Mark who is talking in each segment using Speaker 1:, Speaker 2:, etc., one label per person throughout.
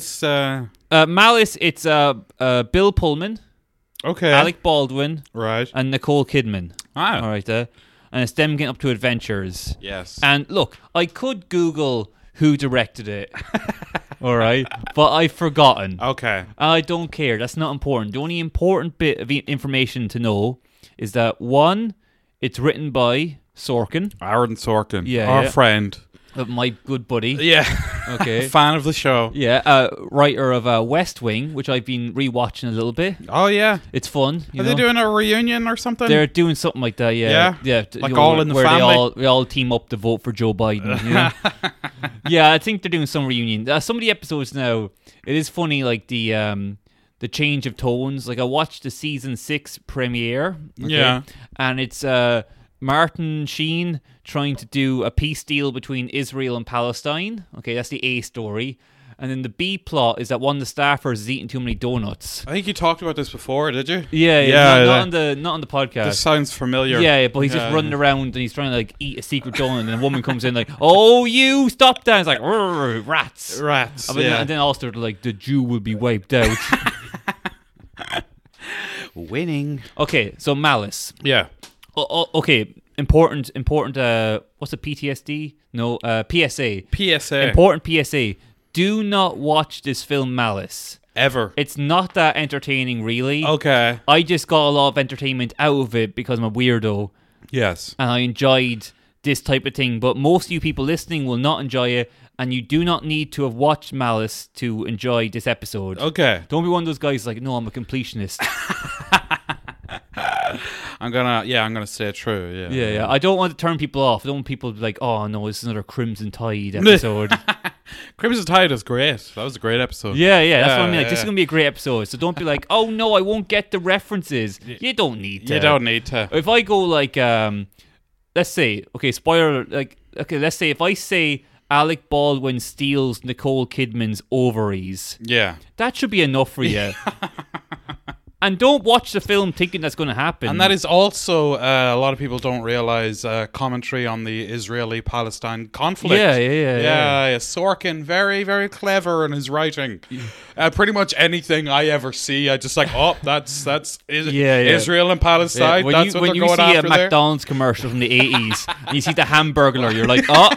Speaker 1: It's, uh,
Speaker 2: Uh, Malice, it's uh, uh, Bill Pullman,
Speaker 1: okay.
Speaker 2: Alec Baldwin,
Speaker 1: Right.
Speaker 2: and Nicole Kidman.
Speaker 1: Ah.
Speaker 2: All right, uh, and it's them getting up to adventures.
Speaker 1: Yes.
Speaker 2: And look, I could Google who directed it. all right, but I've forgotten.
Speaker 1: okay.
Speaker 2: I don't care. That's not important. The only important bit of i- information to know is that one, it's written by Sorkin,
Speaker 1: Aaron Sorkin.
Speaker 2: Yeah,
Speaker 1: Our
Speaker 2: yeah.
Speaker 1: friend.
Speaker 2: uh, my good buddy.
Speaker 1: Yeah.
Speaker 2: Okay.
Speaker 1: Fan of the show.
Speaker 2: Yeah, uh, writer of uh, West Wing, which I've been rewatching a little bit.
Speaker 1: Oh, yeah.
Speaker 2: It's fun. you
Speaker 1: Are they
Speaker 2: know?
Speaker 1: doing a reunion or something?
Speaker 2: They're doing something like that, yeah,
Speaker 1: Yeah?
Speaker 2: t-
Speaker 1: Like All in the
Speaker 2: where
Speaker 1: Family?
Speaker 2: They all, they all team up to vote for Joe Biden. you know? yeah, I think they're doing some reunion. Uh, some of the episodes now, it is funny, like the um, the change of tones. Like I watched the season six premiere,
Speaker 1: Yeah.
Speaker 2: and it's uh, Martin Sheen trying to do a peace deal between Israel and Palestine. Okay, that's the A story. And then the B plot is that one of the staffers is eating too many donuts.
Speaker 1: I think you talked about this before, did you?
Speaker 2: Yeah, yeah,
Speaker 1: Yeah.
Speaker 2: not, not
Speaker 1: that-
Speaker 2: on the not on the podcast.
Speaker 1: this sounds familiar.
Speaker 2: Yeah, yeah, but he's
Speaker 1: Yeah,
Speaker 2: just running around and he's trying to like eat a secret donut, and then a woman comes in like, "Oh, you stop that!" It's like "Rrr, rats.
Speaker 1: Rats.
Speaker 2: And then-
Speaker 1: yeah.
Speaker 2: And then also like the Jew will be wiped out.
Speaker 1: Winning.
Speaker 2: okay, so malice.
Speaker 1: Yeah.
Speaker 2: O- o- okay, important, important. Uh, what's the PTSD? No, uh, PSA.
Speaker 1: PSA.
Speaker 2: Important PSA. Do not watch this film, Malice.
Speaker 1: Ever.
Speaker 2: It's not that entertaining, really.
Speaker 1: Oh. okay.
Speaker 2: I just got a lot of entertainment out of it because I'm a weirdo.
Speaker 1: Yes.
Speaker 2: and I enjoyed this type of thing. But most of you people listening will not enjoy it, and you do not need to have watched Malice to enjoy this episode.
Speaker 1: Okay.
Speaker 2: Don't be one of those guys like, no, I'm a completionist.
Speaker 1: I'm gonna. Yeah. I'm gonna stay true. Yeah.
Speaker 2: yeah, yeah. I don't want to turn people off. I don't want people to be like, oh no, it's another Crimson Tide episode.
Speaker 1: Crimson Tide is great. That was a great episode.
Speaker 2: yeah, yeah. That's what I
Speaker 1: Yeah,
Speaker 2: mean. Like, this
Speaker 1: yeah.
Speaker 2: is gonna be a great episode. So don't be like, oh no, I won't get the references. You don't need to.
Speaker 1: You don't need to.
Speaker 2: If I go like, um, let's say, okay, spoiler, like, okay, let's say if I say Alec Baldwin steals Nicole Kidman's ovaries,
Speaker 1: Yeah.
Speaker 2: that should be enough for you. and don't watch the film thinking that's going to happen.
Speaker 1: And that is also uh, a lot of people don't realize uh, commentary on the Israeli-Palestine conflict.
Speaker 2: Yeah, yeah, yeah,
Speaker 1: yeah,
Speaker 2: yeah.
Speaker 1: yeah. Sorkin very, very clever in his writing. Uh, pretty much anything I ever see, I just like, oh, that's that's is-
Speaker 2: Yeah, yeah.
Speaker 1: Israel and
Speaker 2: Yeah,
Speaker 1: Palestine.
Speaker 2: when
Speaker 1: that's
Speaker 2: you,
Speaker 1: what
Speaker 2: when
Speaker 1: they're
Speaker 2: you
Speaker 1: going
Speaker 2: see
Speaker 1: after
Speaker 2: a
Speaker 1: there.
Speaker 2: McDonald's commercial from the 80s and you see the hamburglar, you're like, oh,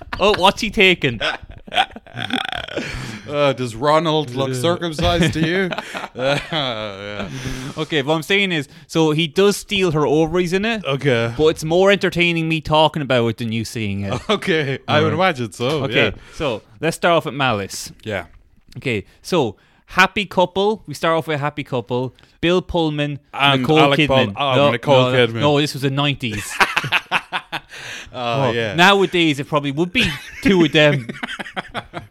Speaker 2: oh, what's he taking?
Speaker 1: Uh, does Ronald look circumcised to you? Uh, yeah.
Speaker 2: Okay, what I'm saying is, so he does steal her ovaries in it,
Speaker 1: Okay.
Speaker 2: but it's more entertaining me talking about it than you seeing it.
Speaker 1: Okay, I would imagine so.
Speaker 2: Okay, so let's start off with malice.
Speaker 1: Yeah.
Speaker 2: Okay, so happy couple. We start off with happy couple. Bill Pullman
Speaker 1: And
Speaker 2: Nicole
Speaker 1: Alec
Speaker 2: Kidman.
Speaker 1: Bal- oh, Nicole
Speaker 2: no, no,
Speaker 1: Kidman.
Speaker 2: No, this was the nineties.
Speaker 1: yeah. oh, yeah.
Speaker 2: Nowadays, it probably would be two of them.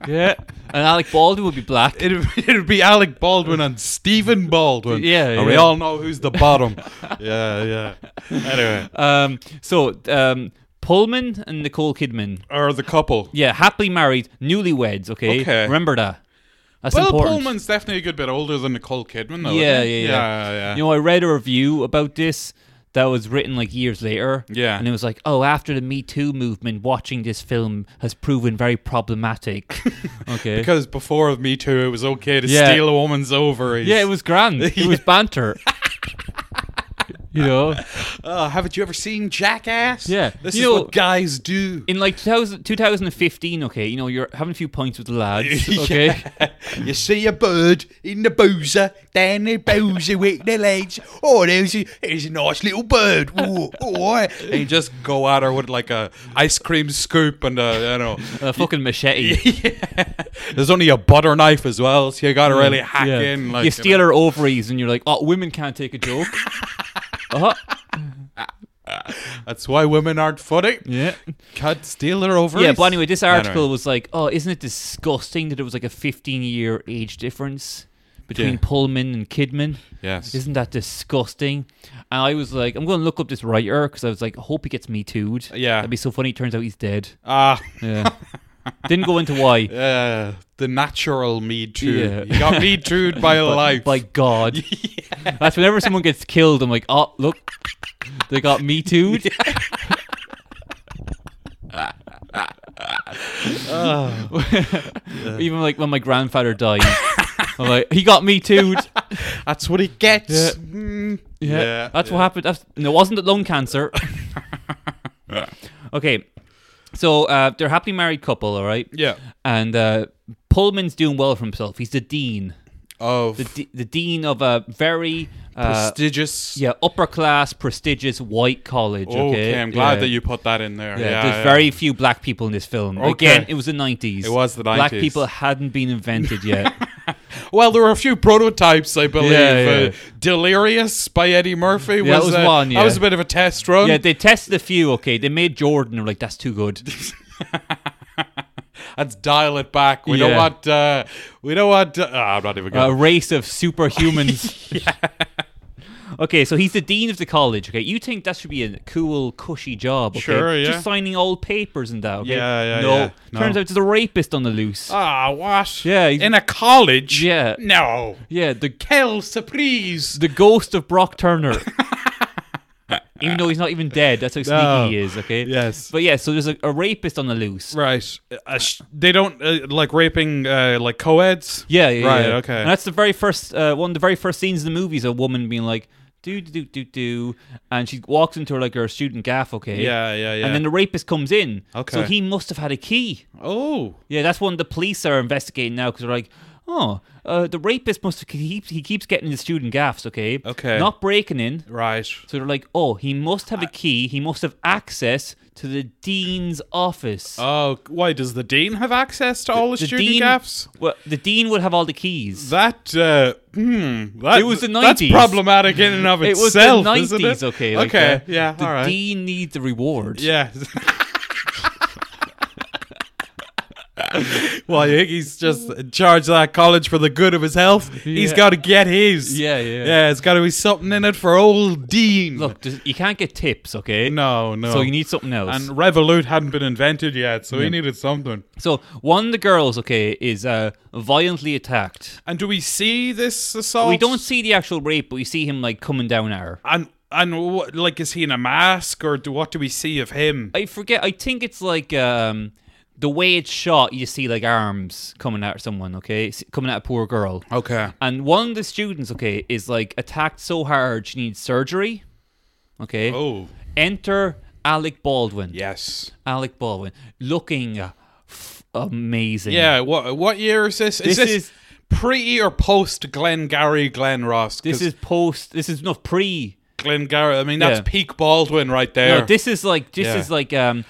Speaker 2: yeah, and Alec Baldwin would be black.
Speaker 1: It'd, it'd be Alec Baldwin and Stephen Baldwin.
Speaker 2: Yeah,
Speaker 1: And we
Speaker 2: yeah.
Speaker 1: all know who's the bottom. yeah, yeah. Anyway.
Speaker 2: Um, so um, Pullman and Nicole Kidman.
Speaker 1: Or the couple.
Speaker 2: Yeah, happily married, newlyweds. Okay,
Speaker 1: Okay.
Speaker 2: remember that. That's
Speaker 1: Well,
Speaker 2: important.
Speaker 1: Pullman's definitely a good bit older than Nicole Kidman, though.
Speaker 2: Yeah, yeah,
Speaker 1: isn't he?
Speaker 2: yeah.
Speaker 1: yeah. yeah.
Speaker 2: You know, I read a review about this that was written like years later.
Speaker 1: Yeah.
Speaker 2: And it was like, oh, after the Me Too movement, watching this film has proven very problematic. okay.
Speaker 1: because before Me Too, it was okay to
Speaker 2: Yeah.
Speaker 1: steal a woman's ovaries.
Speaker 2: yeah, it was grand. It was banter. you know?
Speaker 1: Uh, haven't you ever seen Jackass?
Speaker 2: Yeah.
Speaker 1: This
Speaker 2: You
Speaker 1: is
Speaker 2: know-
Speaker 1: what guys do.
Speaker 2: In like 2000, 2015, okay, you know, you're having a few pints with the lads, okay?
Speaker 1: you see a bird in the boozer, down the boozer with the legs. Oh, there's a, there's a nice little bird. Oh, oh, eh." and you just go at her with like a ice cream scoop and a, you know.
Speaker 2: A fucking machete.
Speaker 1: There's only a butter knife as well, so you gotta really hack
Speaker 2: Yeah.
Speaker 1: in. Like,
Speaker 2: you steal her ovaries and you're like, oh, women can't take a joke. uh-huh.
Speaker 1: know. That's why women aren't funny.
Speaker 2: Yeah.
Speaker 1: Can't steal her over.
Speaker 2: Yeah, but anyway, this article was like, oh, isn't it disgusting that it was like a 15 year age difference between
Speaker 1: Yeah.
Speaker 2: Pullman and Kidman?
Speaker 1: Yes.
Speaker 2: Isn't that disgusting? And I was like, I'm going to look up this writer because I was like, I hope he gets me too'd.
Speaker 1: Yeah.
Speaker 2: That'd be so funny. Turns out he's dead.
Speaker 1: Ah.
Speaker 2: Yeah. Didn't go into why.
Speaker 1: Uh, the natural me too.
Speaker 2: Yeah.
Speaker 1: You got me too by life.
Speaker 2: By God. That's whenever someone gets killed, I'm like, oh, look, they got me too'd. Even like when my grandfather died, I'm like, he got me too.
Speaker 1: That's what he gets.
Speaker 2: Yeah.
Speaker 1: Mm.
Speaker 2: Yeah, that's what happened. That's, and it wasn't lung cancer. okay, so uh, they're a happily married couple, all right?
Speaker 1: Yeah.
Speaker 2: And uh, Pullman's doing well for himself. He's the dean,
Speaker 1: Oh,
Speaker 2: the, de- the dean of a very uh,
Speaker 1: prestigious.
Speaker 2: yeah upper class, prestigious white college. Okay,
Speaker 1: Okay, I'm glad
Speaker 2: Yeah.
Speaker 1: that you put that in there.
Speaker 2: Yeah,
Speaker 1: Yeah,
Speaker 2: there's
Speaker 1: yeah.
Speaker 2: very few black people in this film.
Speaker 1: Okay.
Speaker 2: Again, it was the 90s.
Speaker 1: It was the
Speaker 2: Black
Speaker 1: 90s.
Speaker 2: people hadn't been invented yet.
Speaker 1: Well, there were a few prototypes, I believe.
Speaker 2: Yeah, yeah.
Speaker 1: Uh, Delirious by Eddie Murphy was,
Speaker 2: that was
Speaker 1: uh,
Speaker 2: one, yeah.
Speaker 1: That was a bit of a test run.
Speaker 2: yeah, they tested a few. Okay, they made Jordan. They're like, that's too good.
Speaker 1: Let's dial it back. We
Speaker 2: Yeah.
Speaker 1: don't want. Uh, we don't want. Uh, ah, I'm not even
Speaker 2: a
Speaker 1: going.
Speaker 2: race of superhumans. Okay, so he's the dean of the college. Okay, you think that should be a cool, cushy job? Okay,
Speaker 1: Sure, yeah.
Speaker 2: Just signing all papers and that. Okay?
Speaker 1: Yeah, yeah,
Speaker 2: No,
Speaker 1: yeah. No.
Speaker 2: turns out there's a rapist on the loose.
Speaker 1: ah, what?
Speaker 2: Yeah, he's-
Speaker 1: in a college.
Speaker 2: Yeah.
Speaker 1: No.
Speaker 2: yeah, the
Speaker 1: Quelle surprise.
Speaker 2: the ghost of Brock Turner. even though he's not even dead, that's how sneaky
Speaker 1: No.
Speaker 2: he is. Okay.
Speaker 1: Yes.
Speaker 2: But yeah, so there's a, a rapist on the loose.
Speaker 1: Right. Uh, sh- they don't uh, like raping uh, like co-eds.
Speaker 2: Yeah, yeah,
Speaker 1: Right,
Speaker 2: yeah.
Speaker 1: okay.
Speaker 2: And that's the very first uh, one of the very first scenes in the movie is a woman being like, do do do do do and she walks into her like her student gaff, okay.
Speaker 1: Yeah, yeah, yeah.
Speaker 2: And then the rapist comes in. So
Speaker 1: Okay.
Speaker 2: he must have had a key.
Speaker 1: oh.
Speaker 2: Yeah, that's one the police are investigating now because they're like, oh, uh, the rapist must have, he, he keeps getting the student gaffs, okay?
Speaker 1: Okay.
Speaker 2: Not breaking in.
Speaker 1: Right.
Speaker 2: So they're like, oh, he must have a key. He must have access to the dean's office.
Speaker 1: Oh, why does the dean have access to all the,
Speaker 2: the
Speaker 1: student
Speaker 2: dean,
Speaker 1: gaffes?
Speaker 2: Well, the dean would have all the keys.
Speaker 1: That uh, hmm, that
Speaker 2: It was the
Speaker 1: That's
Speaker 2: 90s.
Speaker 1: problematic in and of
Speaker 2: It was
Speaker 1: itself.
Speaker 2: the
Speaker 1: isn't it?
Speaker 2: nineties, okay. like,
Speaker 1: okay,
Speaker 2: uh,
Speaker 1: yeah,
Speaker 2: The
Speaker 1: all right,
Speaker 2: dean needs a reward.
Speaker 1: yeah. well, you think he's just in charge of that college for the good of his health. He's
Speaker 2: Yeah.
Speaker 1: got to get his.
Speaker 2: Yeah, yeah.
Speaker 1: yeah. It's got to be something in it for old Dean.
Speaker 2: Look, there's- you can't get tips, okay?
Speaker 1: no, no.
Speaker 2: So you need something else.
Speaker 1: and Revolut hadn't been invented yet, so he needed something.
Speaker 2: so one of the girls, okay, is uh, violently attacked.
Speaker 1: And do we see this assault?
Speaker 2: We don't see the actual rape, but we see him like coming down at her.
Speaker 1: And and what, like, is he in a mask or do, what do we see of him?
Speaker 2: I forget. I think it's like um, the way it's shot. You see like arms coming at someone, okay, S- coming at a poor girl.
Speaker 1: Okay.
Speaker 2: And one of the students, okay, is like attacked so hard she needs surgery. Okay.
Speaker 1: Oh.
Speaker 2: Enter Alec Baldwin.
Speaker 1: Yes.
Speaker 2: Alec Baldwin looking uh, f- amazing.
Speaker 1: Yeah. What what year is this? Is
Speaker 2: Hmm. This
Speaker 1: this,
Speaker 2: is-
Speaker 1: pre or post Glenn Gary Glenn Ross?
Speaker 2: This is post. This is not pre.
Speaker 1: Glenn Gary. I mean, that's
Speaker 2: Yeah.
Speaker 1: peak Baldwin right there.
Speaker 2: No, this is like this
Speaker 1: Yeah.
Speaker 2: is like um.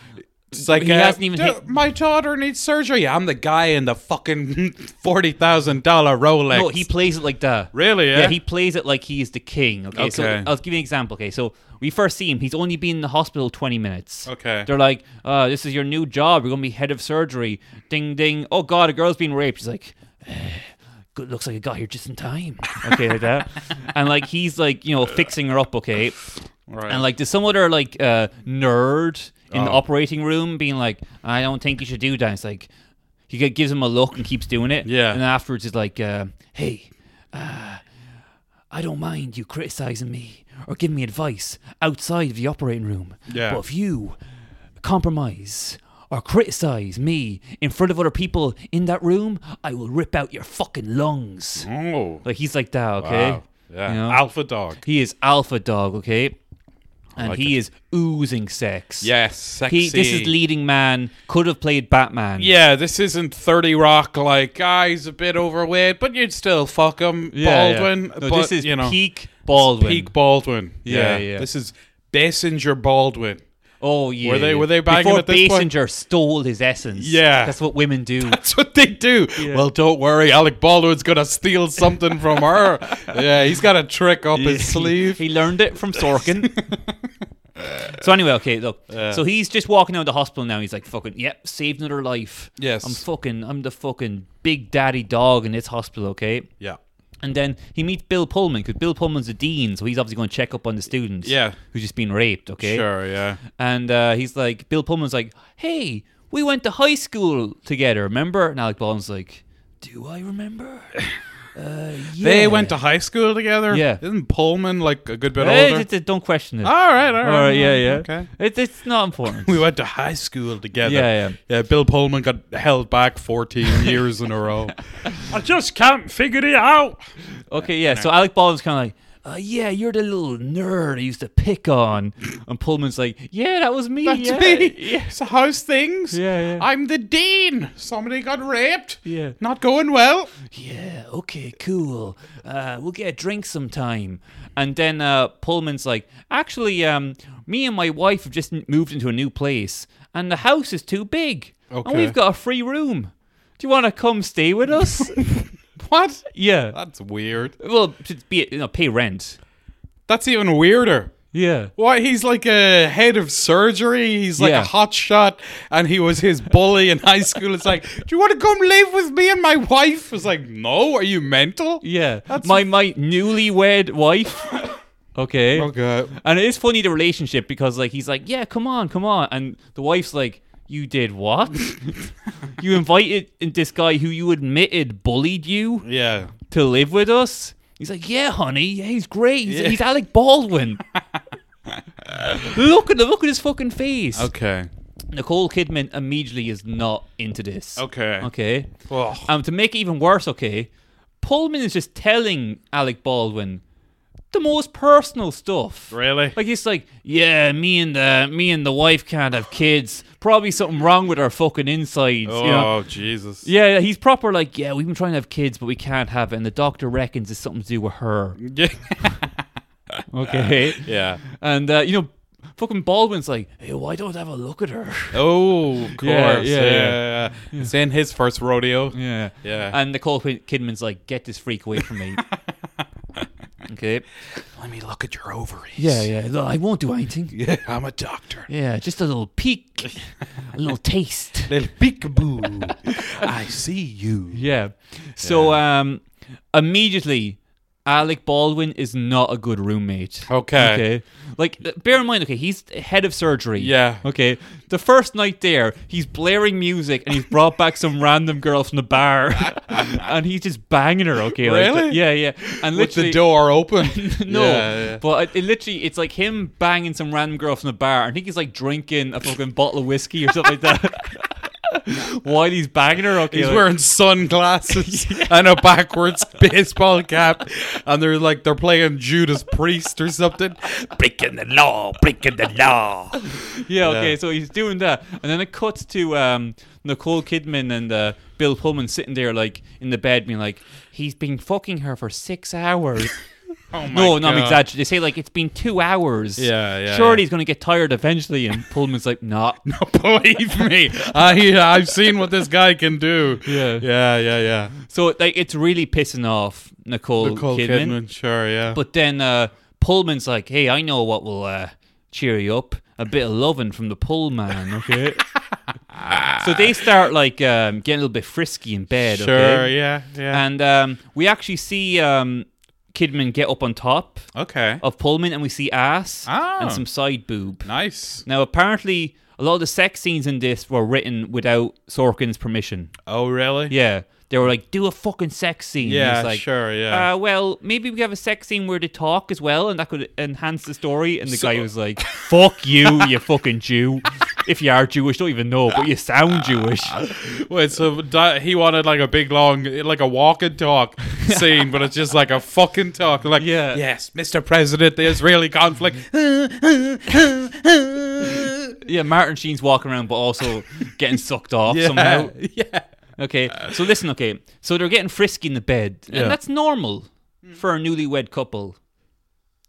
Speaker 1: it's like uh,
Speaker 2: he hasn't even
Speaker 1: "D-
Speaker 2: hit-
Speaker 1: My daughter needs surgery. I'm the guy in the fucking forty thousand dollar Rolex.
Speaker 2: No, he plays it like that.
Speaker 1: Really,
Speaker 2: Yeah.
Speaker 1: yeah?
Speaker 2: he plays it like he's the king. Okay, so
Speaker 1: Okay.
Speaker 2: I'll give you an example. Okay, so we first see him. He's only been in the hospital twenty minutes.
Speaker 1: Okay.
Speaker 2: they're like, uh, "This is your new job. You're gonna be head of surgery." Ding ding. Oh God, a girl's being raped. She's like. "Eh, Good, looks like I got here just in time. Okay, like that. and like he's like, you know, fixing her up, okay?
Speaker 1: Right.
Speaker 2: And like there's some other like uh, nerd in the
Speaker 1: Oh.
Speaker 2: operating room being like, I don't think you should do that. It's like he g- gives him a look and keeps doing it.
Speaker 1: Yeah.
Speaker 2: And afterwards he's like, uh, Hey, uh, I don't mind you criticizing me or giving me advice outside of the operating room.
Speaker 1: Yeah.
Speaker 2: But if you compromise or criticize me in front of other people in that room, I will rip out your fucking lungs.
Speaker 1: oh.
Speaker 2: Like he's like that, okay?
Speaker 1: Wow. Yeah.
Speaker 2: You know?
Speaker 1: Alpha dog.
Speaker 2: He is alpha dog, okay? And
Speaker 1: like
Speaker 2: he is oozing sex.
Speaker 1: Yes. Sexy.
Speaker 2: He, this is leading man, could have played Batman.
Speaker 1: Yeah, this isn't 30 Rock like, ah, he's a bit overweight, but you'd still fuck him,
Speaker 2: Yeah, yeah.
Speaker 1: Baldwin.
Speaker 2: No,
Speaker 1: but,
Speaker 2: this is
Speaker 1: you know,
Speaker 2: peak Baldwin.
Speaker 1: peak Baldwin.
Speaker 2: Yeah,
Speaker 1: Yeah,
Speaker 2: yeah.
Speaker 1: This is Basinger Baldwin.
Speaker 2: Oh yeah.
Speaker 1: Were they-
Speaker 2: yeah.
Speaker 1: were they banging
Speaker 2: Before
Speaker 1: at this point?
Speaker 2: Basinger stole his essence.
Speaker 1: Yeah.
Speaker 2: That's what women do.
Speaker 1: That's what they do. Well, don't worry, Alec Baldwin's gonna steal something from her. Yeah, he's got a trick up his sleeve.
Speaker 2: he learned it from Sorkin. so anyway, okay, look. So he's just walking out of the hospital now. He's like, "Fucking, yep, saved another life.
Speaker 1: Yes.
Speaker 2: I'm fucking, I'm the fucking big daddy dog in this hospital, okay?
Speaker 1: Yeah.
Speaker 2: And then he meets Bill Pullman because Bill Pullman's the dean, so he's obviously going to check up on the students.
Speaker 1: Yeah.
Speaker 2: who's just been raped. Okay,
Speaker 1: Sure, yeah.
Speaker 2: And uh, he's like, Bill Pullman's like, "Hey, we went to high school together, remember?" Uh, And Alec Baldwin's like, "Do I remember?"
Speaker 1: They went to high school together.
Speaker 2: Yeah.
Speaker 1: Isn't Pullman like a good bit
Speaker 2: Eh,
Speaker 1: older?
Speaker 2: it's- it's- don't question it.
Speaker 1: all right, all right,
Speaker 2: All right, yeah, yeah.
Speaker 1: Okay.
Speaker 2: It's it's not important.
Speaker 1: We went to high school together.
Speaker 2: Yeah, yeah.
Speaker 1: Yeah, Bill Pullman got held back 14 years in a row. I just can't figure it out.
Speaker 2: Okay, yeah. So Alec Baldwin's kind of like, uh, yeah, you're the little nerd I used to pick on, and Pullman's like, yeah, that was me.
Speaker 1: That's
Speaker 2: yeah.
Speaker 1: me.
Speaker 2: Yeah.
Speaker 1: So how's things?
Speaker 2: Yeah, yeah.
Speaker 1: I'm the dean. Somebody got raped.
Speaker 2: Yeah.
Speaker 1: Not going well.
Speaker 2: Yeah, okay, cool. Uh, we'll get a drink sometime. And then uh, Pullman's like, actually, um, me and my wife have just n- moved into a new place, and the house is too big. And
Speaker 1: Okay.
Speaker 2: we've got a free room. Do you want to come stay with us?
Speaker 1: What?
Speaker 2: yeah.
Speaker 1: That's weird.
Speaker 2: Well, to be, you know, pay rent.
Speaker 1: That's even weirder.
Speaker 2: Yeah.
Speaker 1: Why he's like a head of surgery. He's like
Speaker 2: Yeah.
Speaker 1: a hot shot, and he was his bully in high school. It's like, do you want to come live with me and my wife? It's like, no, are you mental?
Speaker 2: Yeah. my my newlywed wife. okay.
Speaker 1: Okay.
Speaker 2: And it is funny the relationship because like he's like, "Yeah, come on, come on." And the wife's like, "You did what? you invited this guy who you admitted bullied you
Speaker 1: Yeah.
Speaker 2: to live with us?" He's like, "Yeah, honey. Yeah, he's great. He's,
Speaker 1: Yeah.
Speaker 2: he's Alec Baldwin." look at the look at his fucking face.
Speaker 1: Okay.
Speaker 2: Nicole Kidman immediately is not into this.
Speaker 1: Okay.
Speaker 2: Okay.
Speaker 1: Ugh.
Speaker 2: Um, to make it even worse, okay, Pullman is just telling Alec Baldwin the most personal stuff.
Speaker 1: Really?
Speaker 2: Like he's like, yeah, me and the me and the wife can't have kids. Probably something wrong with our fucking insides.
Speaker 1: oh
Speaker 2: You know?
Speaker 1: Jesus.
Speaker 2: Yeah, yeah, he's proper like, yeah, we've been trying to have kids, but we can't have it, and the doctor reckons it's something to do with her.
Speaker 1: Yeah.
Speaker 2: Okay.
Speaker 1: yeah.
Speaker 2: and uh, you know, fucking Baldwin's like, hey, why don't I have a look at her?
Speaker 1: Oh, of course. Yeah.
Speaker 2: Yeah, yeah,
Speaker 1: yeah, yeah. It's in his first rodeo.
Speaker 2: Yeah.
Speaker 1: Yeah.
Speaker 2: And Nicole Kid- Kidman's like, get this freak away from me. okay.
Speaker 1: Let me look at your ovaries.
Speaker 2: Yeah, yeah. No, I won't do anything.
Speaker 1: Yeah. I'm a doctor.
Speaker 2: Yeah, just a little peek, a little taste.
Speaker 1: Little peekaboo. I see you.
Speaker 2: Yeah. So um, immediately, Alec Baldwin is not a good roommate.
Speaker 1: Okay.
Speaker 2: Okay. Like, uh, bear in mind, okay, he's head of surgery.
Speaker 1: Yeah.
Speaker 2: Okay. The first night there, he's blaring music and he's brought back some random girl from the bar, and he's just banging her. Okay. like,
Speaker 1: Really?
Speaker 2: yeah, yeah. And
Speaker 1: With
Speaker 2: literally,
Speaker 1: the door open.
Speaker 2: No,
Speaker 1: Yeah, yeah.
Speaker 2: but it, it literally it's like him banging some random girl from the bar. I think he's like drinking a fucking bottle of whiskey or something like that. While he's banging her, okay,
Speaker 1: He's
Speaker 2: like-
Speaker 1: wearing sunglasses and a backwards baseball cap, and they're like they're playing Judas Priest or something. Breaking the law, breaking the law.
Speaker 2: yeah, okay. So he's doing that, and then it cuts to um, Nicole Kidman and uh, Bill Pullman sitting there like in the bed, being like, "He's been fucking her for six hours."
Speaker 1: Oh my
Speaker 2: no, no, I'm
Speaker 1: God.
Speaker 2: exaggerating. They say like it's been two hours.
Speaker 1: Yeah, yeah,
Speaker 2: Surely
Speaker 1: yeah.
Speaker 2: he's gonna get tired eventually, and Pullman's like, "Not."
Speaker 1: Believe me, I I've seen what this guy can do.
Speaker 2: Yeah.
Speaker 1: yeah, yeah, yeah.
Speaker 2: So like it's really pissing off Nicole,
Speaker 1: Nicole
Speaker 2: Kidman.
Speaker 1: Kidman, sure, yeah.
Speaker 2: But then uh, Pullman's like, "Hey, I know what will uh, cheer you up. A bit of loving from the Pullman, okay?" so they start like um, getting a little bit frisky in bed,
Speaker 1: sure,
Speaker 2: okay?
Speaker 1: yeah, yeah.
Speaker 2: And um, we actually see um, Kidman get up on top
Speaker 1: okay,
Speaker 2: of Pullman, and we see ass
Speaker 1: Ah.
Speaker 2: and some side boob.
Speaker 1: nice.
Speaker 2: Now, apparently, a lot of the sex scenes in this were written without Sorkin's permission.
Speaker 1: Oh, really?
Speaker 2: Yeah, they were like, "Do a fucking sex scene." And
Speaker 1: yeah,
Speaker 2: he's like,
Speaker 1: sure, yeah.
Speaker 2: uh, well, maybe we have a sex scene where they talk as well, and that could enhance the story. And the guy was like, "Fuck you, you fucking Jew! If you are Jewish, don't even know, but you sound Jewish."
Speaker 1: Wait, so di- he wanted like a big long, like a walk and talk scene, but it's just like a fucking talk. Like,
Speaker 2: Yeah.
Speaker 1: yes, Mr. President, the Israeli conflict.
Speaker 2: Yeah, Martin Sheen's walking around, but also getting sucked off somehow.
Speaker 1: yeah.
Speaker 2: Okay, so listen. Okay, so they're getting frisky in the bed,
Speaker 1: Yeah.
Speaker 2: and that's normal for a newlywed couple.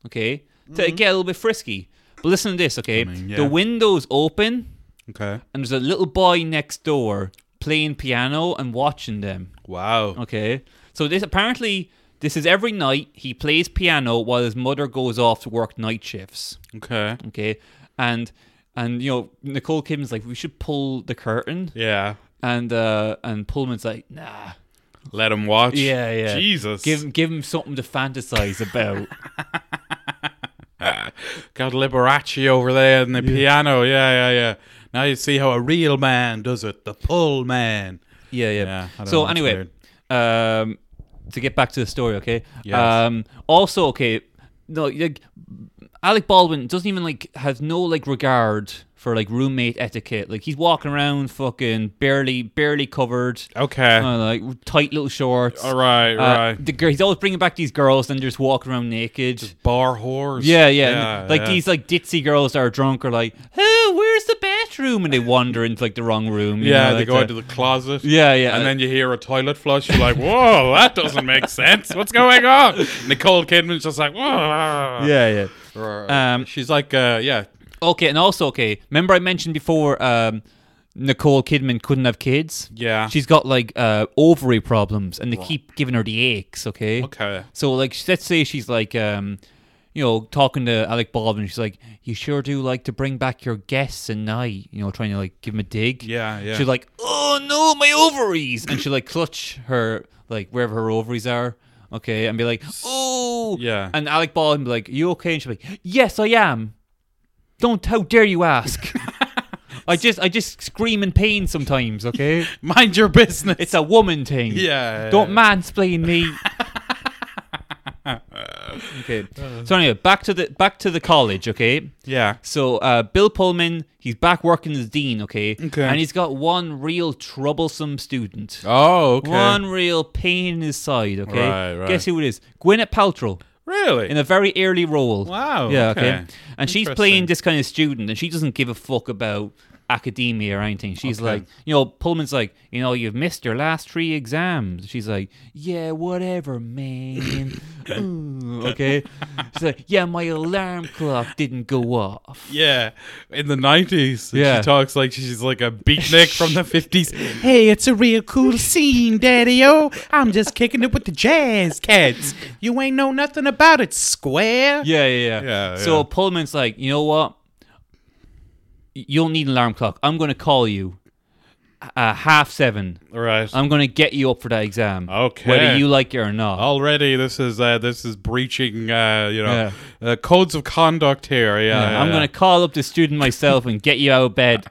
Speaker 2: Okay, to get a little bit frisky. But listen to this. Okay,
Speaker 1: mean, yeah.
Speaker 2: the windows open,
Speaker 1: Okay.
Speaker 2: and there's a little boy next door playing piano and watching them.
Speaker 1: Wow.
Speaker 2: Okay. So this apparently this is every night he plays piano while his mother goes off to work night shifts.
Speaker 1: Okay.
Speaker 2: Okay. And and you know Nicole Kidman's like we should pull the curtain
Speaker 1: Yeah.
Speaker 2: and uh and Pullman's like nah
Speaker 1: Let him watch.
Speaker 2: yeah yeah
Speaker 1: Jesus.
Speaker 2: give him give him something to fantasize about
Speaker 1: Got Liberace over there and the piano. Yeah, yeah, yeah. Now you see how a real man does it. The pull man.
Speaker 2: yeah yeah,
Speaker 1: Yeah, I don't
Speaker 2: so
Speaker 1: know, it's
Speaker 2: anyway um to get back to the story, okay?
Speaker 1: Yes.
Speaker 2: Um, also, okay, no, like Alec Baldwin doesn't even like have no like regard for like roommate etiquette. Like he's walking around, fucking barely, barely covered,
Speaker 1: Okay.
Speaker 2: uh, like tight little shorts.
Speaker 1: all right,
Speaker 2: Uh,
Speaker 1: right.
Speaker 2: the girl, he's always bringing back these girls and just walking around naked.
Speaker 1: Bar whores.
Speaker 2: Yeah, yeah. like
Speaker 1: yeah.
Speaker 2: these like ditzy girls that are drunk are like, "Oh, where's the bathroom?" and they wander into like the wrong room. you
Speaker 1: Yeah,
Speaker 2: know,
Speaker 1: they
Speaker 2: like
Speaker 1: go
Speaker 2: the-
Speaker 1: into the closet.
Speaker 2: Yeah, yeah.
Speaker 1: And then you hear a toilet flush. You're like, whoa, that doesn't make sense. What's going on? Nicole Kidman's just like, whoa.
Speaker 2: yeah, yeah. Um,
Speaker 1: Um, She's like, uh, yeah.
Speaker 2: Okay, and also okay. Remember I mentioned before um, Nicole Kidman couldn't have kids.
Speaker 1: Yeah.
Speaker 2: she's got like uh, ovary problems, and they keep giving her the aches. Okay.
Speaker 1: Okay.
Speaker 2: So like, sh- let's say she's like, um, you know, talking to Alec Baldwin. She's like, "You sure do like to bring back your guests and night." You know, trying to like give him a dig.
Speaker 1: Yeah, yeah.
Speaker 2: She's like, "Oh no, my ovaries!" And she like clutch her like wherever her ovaries are. Okay, and be like, "Oh."
Speaker 1: Yeah.
Speaker 2: And Alec Baldwin be like, "You okay?" And she'll be like, "Yes, I am." Don't how dare you ask. I just I just scream in pain sometimes. Okay,
Speaker 1: Mind your business.
Speaker 2: it's a woman thing.
Speaker 1: yeah.
Speaker 2: Don't mansplain me. okay. So anyway, back to the back to the college, okay?
Speaker 1: Yeah.
Speaker 2: So uh, Bill Pullman, he's back working as dean, okay?
Speaker 1: Okay.
Speaker 2: And he's got one real troublesome student.
Speaker 1: Oh, okay.
Speaker 2: One real pain in his side, okay?
Speaker 1: Right, right.
Speaker 2: Guess who it is? Gwyneth Paltrow
Speaker 1: Really?
Speaker 2: in a very early role.
Speaker 1: Wow,
Speaker 2: Yeah,
Speaker 1: okay.
Speaker 2: okay. And she's
Speaker 1: Interesting.
Speaker 2: playing this kind of student, and she doesn't give a fuck about academia or anything. She's
Speaker 1: Okay.
Speaker 2: like, you know, Pullman's like, you know, you've missed your last three exams. She's like, yeah, whatever, man. Ooh, okay. She's like, yeah, my alarm clock didn't go off.
Speaker 1: yeah. In the 90s.
Speaker 2: Yeah.
Speaker 1: She talks like she's like a beatnik from the 50s. Hey, it's a real cool scene, Daddy O. I'm just kicking it with the jazz cats. You ain't know nothing about it, square.
Speaker 2: Yeah, yeah, yeah.
Speaker 1: Yeah,
Speaker 2: so
Speaker 1: yeah.
Speaker 2: Pullman's like, you know what? Y- You'll need an alarm clock. I'm going to call you uh, half seven.
Speaker 1: Right.
Speaker 2: I'm going to get you up for that exam.
Speaker 1: Okay. Oh,
Speaker 2: Whether you like it or not.
Speaker 1: Already, this is uh, this is breaching, uh, you know, uh, codes of conduct here. Yeah, yeah,
Speaker 2: I'm
Speaker 1: yeah.
Speaker 2: going to call up the student myself and get you out of bed.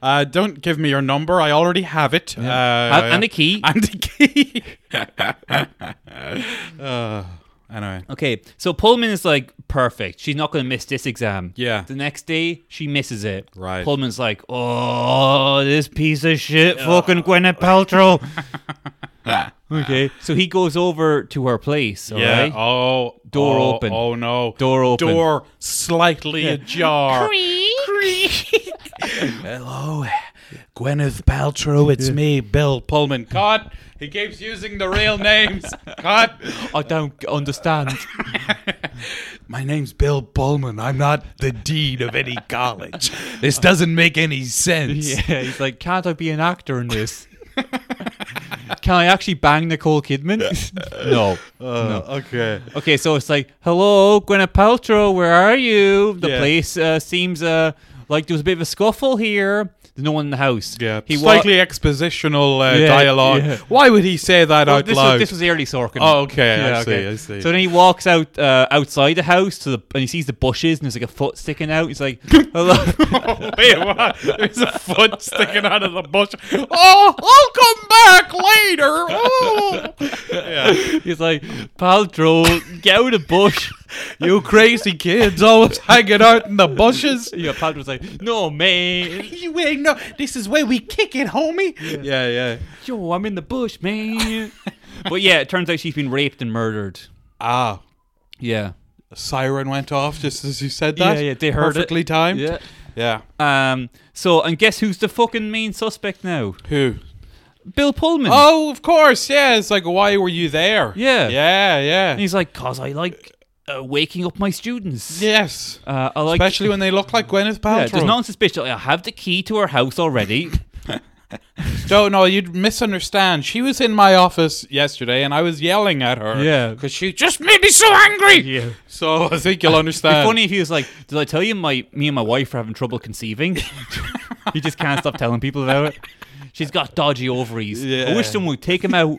Speaker 1: Uh, don't give me your number. I already have it. Uh,
Speaker 2: And- and the key.
Speaker 1: And the key. uh, anyway.
Speaker 2: Okay, so Pullman is like, perfect. She's not going to miss this exam.
Speaker 1: Yeah.
Speaker 2: The next day, she misses it.
Speaker 1: Right.
Speaker 2: Pullman's like, oh, this piece of shit, fucking Gwyneth Paltrow. okay, so he goes over to her place. all
Speaker 1: Yeah.
Speaker 2: right?
Speaker 1: Oh.
Speaker 2: Door
Speaker 1: oh,
Speaker 2: open.
Speaker 1: Oh no.
Speaker 2: Door open.
Speaker 1: Door slightly ajar. Hello, oh, Gwyneth Paltrow. It's me, Bill Pullman. Cut. He keeps using the real names. Cut.
Speaker 2: I don't understand.
Speaker 1: My name's Bill Pullman. I'm not the dean of any college. This doesn't make any sense.
Speaker 2: yeah, he's like, can't I be an actor in this? Can I actually bang Nicole Kidman? no.
Speaker 1: Uh, Okay.
Speaker 2: Okay, so it's like, hello, Gwyneth Paltrow, where are you? The
Speaker 1: Yeah.
Speaker 2: place uh, seems uh, like there was a bit of a scuffle here. There's no one in the house.
Speaker 1: Yeah,
Speaker 2: he wa-
Speaker 1: slightly expositional uh,
Speaker 2: Yeah,
Speaker 1: dialogue.
Speaker 2: yeah.
Speaker 1: Why would he say that
Speaker 2: Well,
Speaker 1: out
Speaker 2: Oh, this,
Speaker 1: loud?
Speaker 2: was, this was early Sorkin.
Speaker 1: Oh, okay, I see, I see.
Speaker 2: So then he walks out uh, outside the house to the, and he sees the bushes and there's like a foot sticking out. He's like, hello.
Speaker 1: Wait, what? There's a foot sticking out of the bush. Oh, I'll come back later. Oh. Yeah.
Speaker 2: He's like, Paltrow, get out of the bush.
Speaker 1: You crazy kids always hanging out in the bushes.
Speaker 2: Yeah, Paltrow's like, no, man.
Speaker 1: You ain't know. This is where we kick it, homie. Yeah, yeah.
Speaker 2: Yo, I'm in the bush, man. but yeah, it turns out she's been raped and murdered.
Speaker 1: Ah,
Speaker 2: Yeah.
Speaker 1: a siren went off just as you said that.
Speaker 2: Yeah, yeah, they heard it.
Speaker 1: Perfectly timed.
Speaker 2: Yeah.
Speaker 1: Yeah.
Speaker 2: Um. So, and guess who's the fucking main suspect now?
Speaker 1: Who?
Speaker 2: Bill Pullman.
Speaker 1: Oh, of course. Yeah. It's like, why were you there?
Speaker 2: Yeah.
Speaker 1: Yeah, yeah.
Speaker 2: And he's like, cause I like uh, waking up my students.
Speaker 1: Yes.
Speaker 2: Uh, I like.
Speaker 1: Especially when they look like Gwyneth Paltrow.
Speaker 2: yeah, there's nothing suspicious. I have the key to her house already.
Speaker 1: No, no, you'd misunderstand. She was in my office yesterday, and I was yelling at her.
Speaker 2: Yeah.
Speaker 1: because she just made me so angry.
Speaker 2: Yeah.
Speaker 1: So I think you'll
Speaker 2: It'd
Speaker 1: understand.
Speaker 2: be funny if he was like, "Did I tell you my me and my wife are having trouble conceiving? he just can't stop telling people about it. She's got dodgy ovaries. I
Speaker 1: Yeah.
Speaker 2: wish someone would take him out."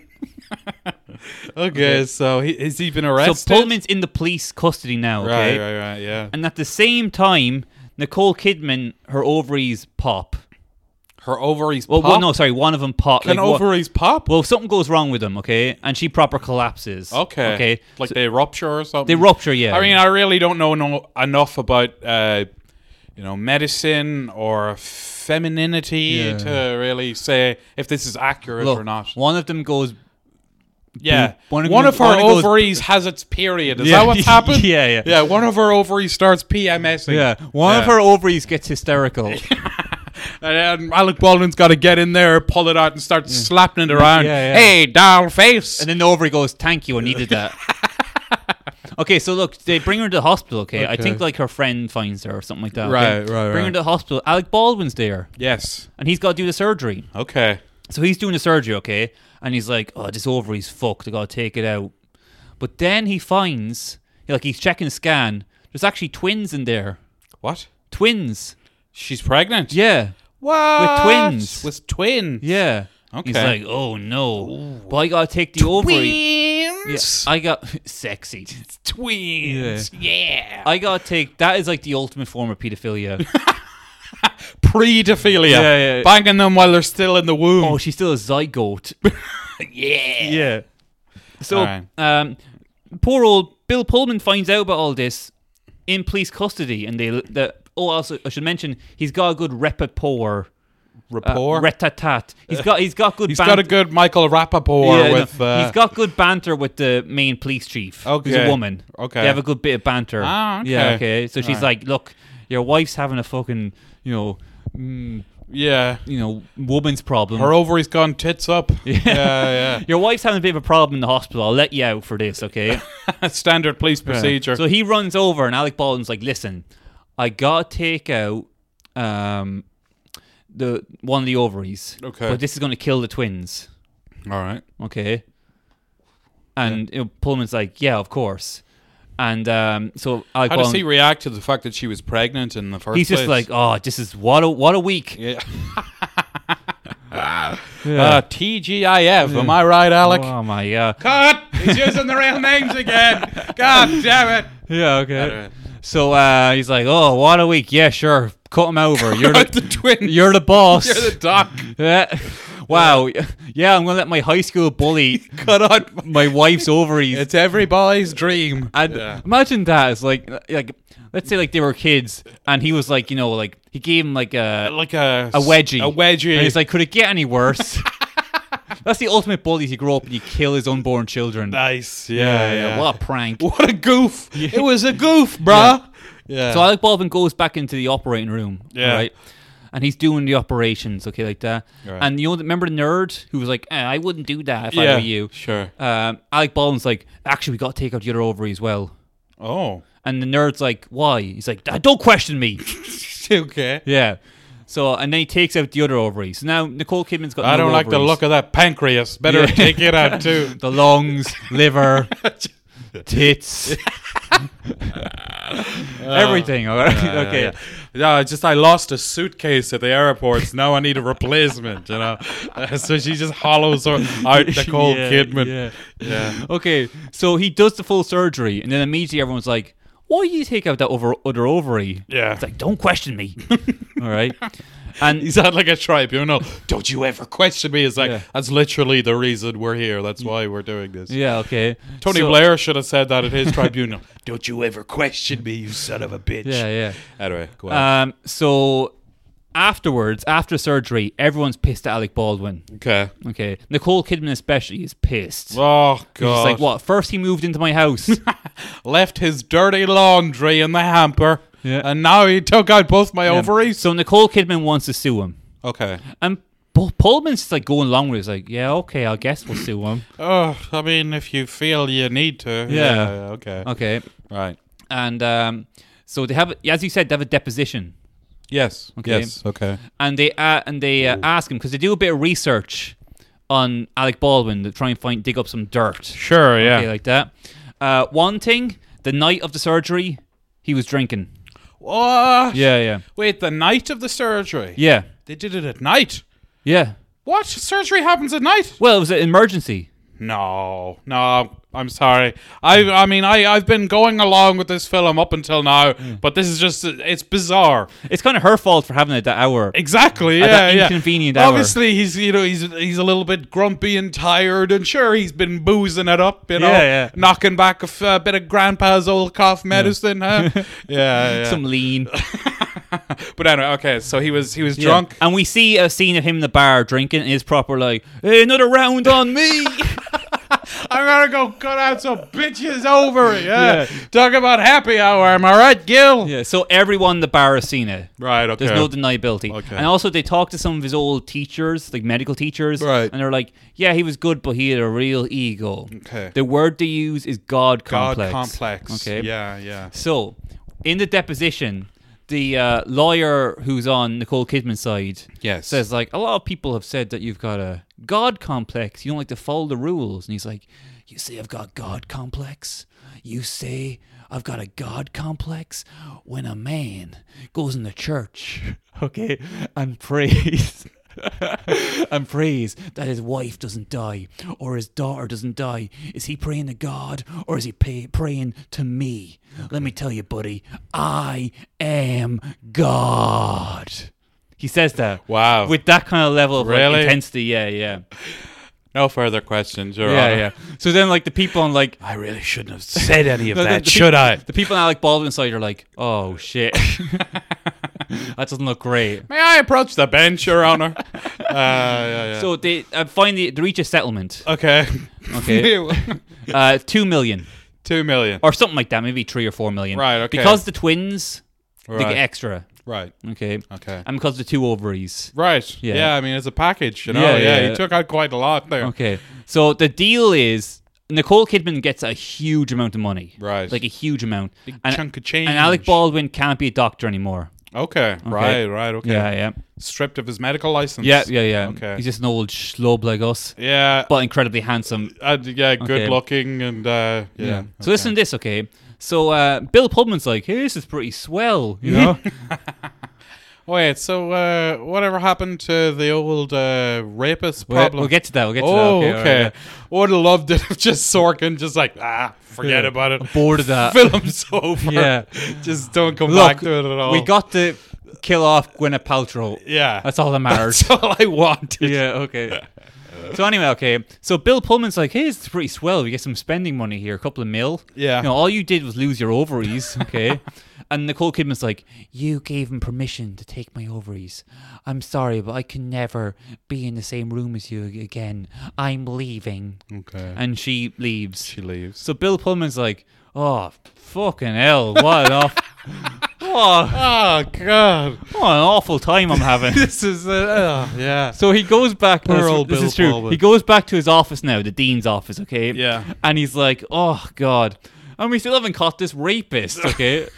Speaker 1: Okay, so he, has he been
Speaker 2: so
Speaker 1: arrested?
Speaker 2: Pullman's in the police custody now.
Speaker 1: Right,
Speaker 2: Okay.
Speaker 1: right, right. Yeah.
Speaker 2: And at the same time, Nicole Kidman, her ovaries pop.
Speaker 1: her ovaries
Speaker 2: Well,
Speaker 1: pop.
Speaker 2: well, no, sorry, one of them pop.
Speaker 1: Can
Speaker 2: like, what-
Speaker 1: ovaries pop?
Speaker 2: Well, if something goes wrong with them, okay, and she proper collapses.
Speaker 1: okay.
Speaker 2: okay,
Speaker 1: Like they rupture or something.
Speaker 2: they rupture. Yeah,
Speaker 1: I mean, I really don't know no, enough about uh, you know medicine or femininity
Speaker 2: Yeah.
Speaker 1: to really say if this is accurate
Speaker 2: Look,
Speaker 1: or not.
Speaker 2: One of them goes.
Speaker 1: Yeah,
Speaker 2: one
Speaker 1: one
Speaker 2: of
Speaker 1: of,
Speaker 2: them-
Speaker 1: her
Speaker 2: one of those-
Speaker 1: ovaries has its period. Is
Speaker 2: Yeah.
Speaker 1: that what's happened?
Speaker 2: Yeah, yeah.
Speaker 1: yeah. One of her ovaries starts PMSing.
Speaker 2: Yeah, one of
Speaker 1: Yeah.
Speaker 2: her ovaries gets hysterical.
Speaker 1: And then Alec Baldwin's got to get in there, pull it out, and start slapping it around.
Speaker 2: Yeah, yeah.
Speaker 1: Hey, doll face.
Speaker 2: And then the ovary goes, "Thank you, I needed that." okay, so look, they bring her to the hospital. Okay? I think
Speaker 1: Okay.
Speaker 2: like her friend finds her or something like that.
Speaker 1: Right,
Speaker 2: okay?
Speaker 1: right,
Speaker 2: Bring her
Speaker 1: right.
Speaker 2: to the hospital. Alec Baldwin's there,
Speaker 1: yes.
Speaker 2: and he's got to do the surgery.
Speaker 1: Okay.
Speaker 2: So he's doing the surgery, okay, and he's like, "Oh, this ovary's fucked. I gotta take it out." But then he finds, like, he's checking the scan. There's actually twins in there.
Speaker 1: What?
Speaker 2: Twins.
Speaker 1: She's pregnant.
Speaker 2: Yeah.
Speaker 1: What?
Speaker 2: twins.
Speaker 1: With twins.
Speaker 2: Yeah. He's
Speaker 1: Okay.
Speaker 2: like, "Oh no, but I gotta take the ovary." Yeah,
Speaker 1: Twins. Uh,
Speaker 2: I got sexy.
Speaker 1: Twins. Yeah. Uh,
Speaker 2: I gotta take that is like the ultimate form of pedophilia.
Speaker 1: Predophilia.
Speaker 2: Yeah, yeah.
Speaker 1: Banging them while they're still in the womb.
Speaker 2: oh, she's still a zygote.
Speaker 1: yeah.
Speaker 2: Yeah. So,
Speaker 1: Alright.
Speaker 2: um, poor old Bill Pullman finds out about all this in police custody, and they the oh, also I should mention he's got a good rapport. Uh,
Speaker 1: Rapport.
Speaker 2: Ratatat. He's got he's got good.
Speaker 1: He's
Speaker 2: ban-
Speaker 1: got a good Michael Rappaport
Speaker 2: Yeah, no,
Speaker 1: with. Uh,
Speaker 2: he's got good banter with the main police chief. who's
Speaker 1: Okay.
Speaker 2: a woman.
Speaker 1: Okay.
Speaker 2: they have a good bit of banter.
Speaker 1: Ah, okay.
Speaker 2: Yeah, okay. So she's
Speaker 1: Alright.
Speaker 2: like, "Look, your wife's having a fucking, you know, mm,
Speaker 1: yeah.
Speaker 2: you know, woman's problem.
Speaker 1: Her ovaries gone tits up. Yeah, yeah.
Speaker 2: Your wife's having a bit of a problem in the hospital. I'll let you out for this, okay?
Speaker 1: Standard police procedure.
Speaker 2: So he runs over, and Alec Baldwin's like, "Listen, I gotta take out um, the one of the ovaries,
Speaker 1: Okay.
Speaker 2: but this is gonna kill the twins,
Speaker 1: All right.
Speaker 2: okay?" And you know, Pullman's like, "Yeah, of course." And um, so Alec
Speaker 1: How does he
Speaker 2: Baldwin,
Speaker 1: react to the fact that she was pregnant in the first
Speaker 2: he's
Speaker 1: place?
Speaker 2: just like, "Oh, this is what a what a week."
Speaker 1: yeah. Uh, TGIF, am I right, Alec?
Speaker 2: Oh my god.
Speaker 1: Cut! He's using the real names again. God damn it!
Speaker 2: Yeah. Okay.
Speaker 1: Alright.
Speaker 2: So uh, he's like, "Oh, what a week. Yeah, sure. Cut him over. You're
Speaker 1: Cut
Speaker 2: the,
Speaker 1: the twins.
Speaker 2: you're the boss.
Speaker 1: You're the doc.
Speaker 2: Yeah. Wow. Yeah, I'm gonna let my high school bully
Speaker 1: Cut out.
Speaker 2: my wife's ovaries.
Speaker 1: It's every boy's dream.
Speaker 2: and
Speaker 1: Yeah.
Speaker 2: imagine that as like like let's say like they were kids and he was like you know like he gave him like a
Speaker 1: like a
Speaker 2: a wedgie
Speaker 1: A wedgie.
Speaker 2: and he's like could it get any worse? That's the ultimate bully. You grow up and you kill his unborn children.
Speaker 1: nice. Yeah, yeah.
Speaker 2: What a prank.
Speaker 1: What a goof! It was a goof, bruh. Yeah.
Speaker 2: So Alec Baldwin goes back into the operating room,
Speaker 1: Yeah.
Speaker 2: right? And he's doing the operations, okay, like that.
Speaker 1: Right.
Speaker 2: And you know, remember the nerd who was like, eh, "I wouldn't do that if I
Speaker 1: yeah.
Speaker 2: were you."
Speaker 1: Sure.
Speaker 2: um, Alec Baldwin's like, actually, we got to take out the other ovary as well.
Speaker 1: Oh.
Speaker 2: And the nerd's like, why? He's like, "Ah, don't question me.
Speaker 1: okay.
Speaker 2: yeah. So, and then he takes out the other ovary. So now Nicole Kidman's got
Speaker 1: I
Speaker 2: no
Speaker 1: don't like the
Speaker 2: ovaries.
Speaker 1: look of that pancreas. Better
Speaker 2: Yeah.
Speaker 1: take it out too.
Speaker 2: The lungs, liver, tits. Everything. All right? okay.
Speaker 1: uh, Yeah, yeah. Yeah, just I lost a suitcase at the airport. So now I need a replacement. You know, Uh, so she just hollows her out Nicole
Speaker 2: Yeah,
Speaker 1: Kidman.
Speaker 2: yeah.
Speaker 1: Yeah.
Speaker 2: Okay. So he does the full surgery, and then immediately everyone's like, why did you take out that over- other ovary?
Speaker 1: Yeah.
Speaker 2: It's like, don't question me. all right. And
Speaker 1: He's at like a tribunal. Don't you ever question me? It's like
Speaker 2: Yeah.
Speaker 1: that's literally the reason we're here. That's why we're doing this.
Speaker 2: yeah, okay.
Speaker 1: Tony
Speaker 2: So-
Speaker 1: Blair should have said that at his tribunal. Don't you ever question me, you son of a bitch.
Speaker 2: Yeah, yeah.
Speaker 1: Anyway, go on.
Speaker 2: Um, so afterwards, after surgery, everyone's pissed at Alec Baldwin.
Speaker 1: okay.
Speaker 2: Okay, Nicole Kidman especially is pissed.
Speaker 1: Oh
Speaker 2: She's
Speaker 1: god.
Speaker 2: like, what? First he moved into my house.
Speaker 1: Left his dirty laundry in the hamper.
Speaker 2: Yeah.
Speaker 1: And now he took out both my ovaries.
Speaker 2: Um, so Nicole Kidman wants to sue him,
Speaker 1: Okay.
Speaker 2: and P- Pullman's just like going along with it. He's like, yeah, okay, I guess we'll sue him.
Speaker 1: Oh, I mean, if you feel you need to.
Speaker 2: Yeah.
Speaker 1: okay.
Speaker 2: okay,
Speaker 1: Right.
Speaker 2: and um, so they have, as you said, they have a deposition,
Speaker 1: Yes.
Speaker 2: Okay.
Speaker 1: Yes. Okay.
Speaker 2: and they uh, and they uh, ask him because they do a bit of research on Alec Baldwin to try and find dig up some dirt.
Speaker 1: Sure. Yeah.
Speaker 2: Okay, like that. Uh, one thing, the night of the surgery, he was drinking.
Speaker 1: what?
Speaker 2: Yeah, yeah,
Speaker 1: Wait, the night of the surgery.
Speaker 2: yeah,
Speaker 1: They did it at night.
Speaker 2: yeah.
Speaker 1: What? Surgery happens at night?
Speaker 2: Well, it was an emergency.
Speaker 1: No, no, I'm sorry. I, I mean, I, I've been going along with this film up until now, but this is just, it's bizarre.
Speaker 2: It's kind of her fault for having it that hour.
Speaker 1: Exactly. Yeah.
Speaker 2: At that
Speaker 1: yeah.
Speaker 2: inconvenient hour.
Speaker 1: Obviously, he's you know he's he's a little bit grumpy and tired, and sure he's been boozing it up, you know,
Speaker 2: Yeah, yeah.
Speaker 1: knocking back a f- a bit of grandpa's old cough medicine, huh? yeah, yeah.
Speaker 2: Some lean.
Speaker 1: But anyway, okay. So he was he was drunk.
Speaker 2: And we see a scene of him in the bar drinking and his proper like, hey, another round on me.
Speaker 1: I'm gonna go cut out some bitches over it. Yeah.
Speaker 2: Yeah.
Speaker 1: Talk about happy hour. Am I right, Gil?
Speaker 2: yeah, so everyone in the bar has seen it.
Speaker 1: Right. Okay.
Speaker 2: There's no deniability.
Speaker 1: Okay.
Speaker 2: And also, they talked to some of his old teachers, like medical teachers,
Speaker 1: Right.
Speaker 2: and they're like, "Yeah, he was good, but he had a real ego."
Speaker 1: Okay.
Speaker 2: The word they use is God
Speaker 1: God
Speaker 2: complex.
Speaker 1: complex.
Speaker 2: Okay.
Speaker 1: Yeah. Yeah.
Speaker 2: So, in the deposition, the uh, lawyer who's on Nicole Kidman's side
Speaker 1: Yes.
Speaker 2: says like, "A lot of people have said that you've got a God complex. You don't like to follow the rules." And he's like, "You say I've got God complex. You say." I've got a God complex when a man goes in the church, okay, and prays and prays that his wife doesn't die or his daughter doesn't die. Is he praying to God or is he pay, praying to me? Let me tell you, buddy, I am God. He says that.
Speaker 1: Wow.
Speaker 2: With that kind of level of like,
Speaker 1: Really?
Speaker 2: intensity, yeah, yeah.
Speaker 1: No further questions, Your
Speaker 2: Yeah,
Speaker 1: Honor.
Speaker 2: yeah. So then, like, the people on, like,
Speaker 1: I really shouldn't have said any of
Speaker 2: No, the-
Speaker 1: that,
Speaker 2: the
Speaker 1: should I?
Speaker 2: the people on Alec Baldwin's side are like, oh, shit. that doesn't look great.
Speaker 1: May I approach the bench, Your Honor? uh, yeah, yeah.
Speaker 2: So they uh, finally they reach a settlement.
Speaker 1: okay.
Speaker 2: Okay. Uh, two million.
Speaker 1: Two million.
Speaker 2: or something like that, maybe three or four million.
Speaker 1: Right, okay.
Speaker 2: Because the twins, they
Speaker 1: Right.
Speaker 2: get extra.
Speaker 1: Right.
Speaker 2: Okay.
Speaker 1: Okay.
Speaker 2: And because the two ovaries.
Speaker 1: Right.
Speaker 2: Uh, Yeah.
Speaker 1: Yeah. I mean, it's a package, you know?
Speaker 2: Yeah,
Speaker 1: Yeah.
Speaker 2: yeah.
Speaker 1: He took out quite a lot there.
Speaker 2: Okay. So the deal is Nicole Kidman gets a huge amount of money.
Speaker 1: Right.
Speaker 2: Like a huge amount.
Speaker 1: Big
Speaker 2: and,
Speaker 1: chunk of change.
Speaker 2: and Alec Baldwin can't be a doctor anymore.
Speaker 1: Okay. Right, right, okay.
Speaker 2: Yeah, yeah.
Speaker 1: Stripped of his medical license.
Speaker 2: Yeah, yeah, yeah.
Speaker 1: Okay.
Speaker 2: He's just an old schlub like us,
Speaker 1: yeah.
Speaker 2: but incredibly handsome.
Speaker 1: uh, yeah, good
Speaker 2: Okay.
Speaker 1: looking and uh, yeah.
Speaker 2: So listen to this, okay? So uh, Bill Pullman's like, hey, this is pretty swell, you know?
Speaker 1: Wait, so uh, whatever happened to the old uh, rapist
Speaker 2: we'll,
Speaker 1: problem?
Speaker 2: we'll get to that. We'll get to
Speaker 1: oh,
Speaker 2: that.
Speaker 1: okay.
Speaker 2: all right, yeah.
Speaker 1: Would have loved it if just Sorkin just like ah, forget
Speaker 2: Yeah.
Speaker 1: about it.
Speaker 2: I'm bored of that.
Speaker 1: Film's over.
Speaker 2: Yeah.
Speaker 1: just don't come
Speaker 2: Look,
Speaker 1: back to it at all.
Speaker 2: We got to kill off Gwyneth Paltrow.
Speaker 1: yeah.
Speaker 2: That's all that matters.
Speaker 1: That's all I wanted.
Speaker 2: yeah, okay. So anyway, okay. So Bill Pullman's like, hey, it's pretty swell. We get some spending money here, a couple of mil.
Speaker 1: Yeah.
Speaker 2: You know, all you did was lose your ovaries, okay? and Nicole Kidman's like, you gave him permission to take my ovaries. I'm sorry, but I can never be in the same room as you again. I'm leaving.
Speaker 1: Okay.
Speaker 2: And she leaves.
Speaker 1: she leaves.
Speaker 2: So Bill Pullman's like, oh, fucking hell, what an awful, what,
Speaker 1: Oh God,
Speaker 2: what an awful time I'm having.
Speaker 1: this is uh, uh, yeah.
Speaker 2: So he goes back.
Speaker 1: Poor
Speaker 2: this,
Speaker 1: old
Speaker 2: this
Speaker 1: Bill
Speaker 2: is true.
Speaker 1: Baldwin.
Speaker 2: He goes back to his office now, the dean's office. Okay.
Speaker 1: Yeah.
Speaker 2: And he's like, "Oh God," and we still haven't caught this rapist. Okay.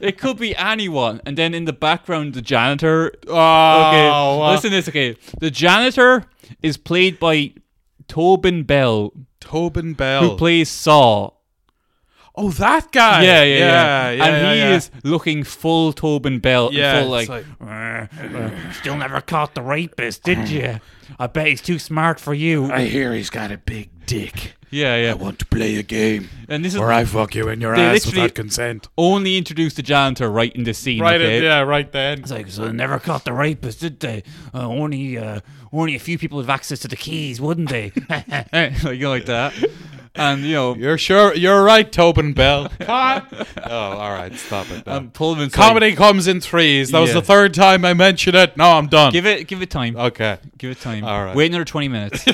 Speaker 2: it could be anyone. And then in the background, the janitor.
Speaker 1: Oh,
Speaker 2: Okay.
Speaker 1: wow.
Speaker 2: Listen to this. Okay. The janitor is played by Tobin Bell,
Speaker 1: Tobin
Speaker 2: who
Speaker 1: Bell.
Speaker 2: plays Saw.
Speaker 1: oh, that guy.
Speaker 2: Yeah, yeah,
Speaker 1: yeah,
Speaker 2: yeah. and
Speaker 1: yeah,
Speaker 2: he
Speaker 1: yeah.
Speaker 2: is looking full Tobin Bell. and
Speaker 1: Yeah,
Speaker 2: full,
Speaker 1: it's
Speaker 2: like,
Speaker 1: like-
Speaker 2: "Uh, uh, still never caught the rapist, did you? I bet he's too smart for you.
Speaker 3: I hear he's got a big dick.
Speaker 2: Yeah, yeah.
Speaker 3: I want to play a game
Speaker 2: And this is
Speaker 3: where I fuck you in your
Speaker 2: They
Speaker 3: ass
Speaker 2: literally-
Speaker 3: without consent.
Speaker 2: only introduced the janitor right in the scene.
Speaker 1: Right.
Speaker 2: okay?
Speaker 1: At, yeah. Right then.
Speaker 2: It's like, so they uh, never caught the rapist, did they? Uh, only, uh, only a few people have access to the keys, wouldn't they? like, you know, like that. And, you know,
Speaker 1: You're sure you're right, Tobin Bell. Cut. oh, all right. Stop it. now.
Speaker 2: um, Pullman's like,
Speaker 1: Comedy comes in threes. That was
Speaker 2: Yeah.
Speaker 1: the third time I mentioned it. No, I'm done.
Speaker 2: give it, give it time.
Speaker 1: okay.
Speaker 2: Give it time.
Speaker 1: All right.
Speaker 2: Wait another 20 minutes.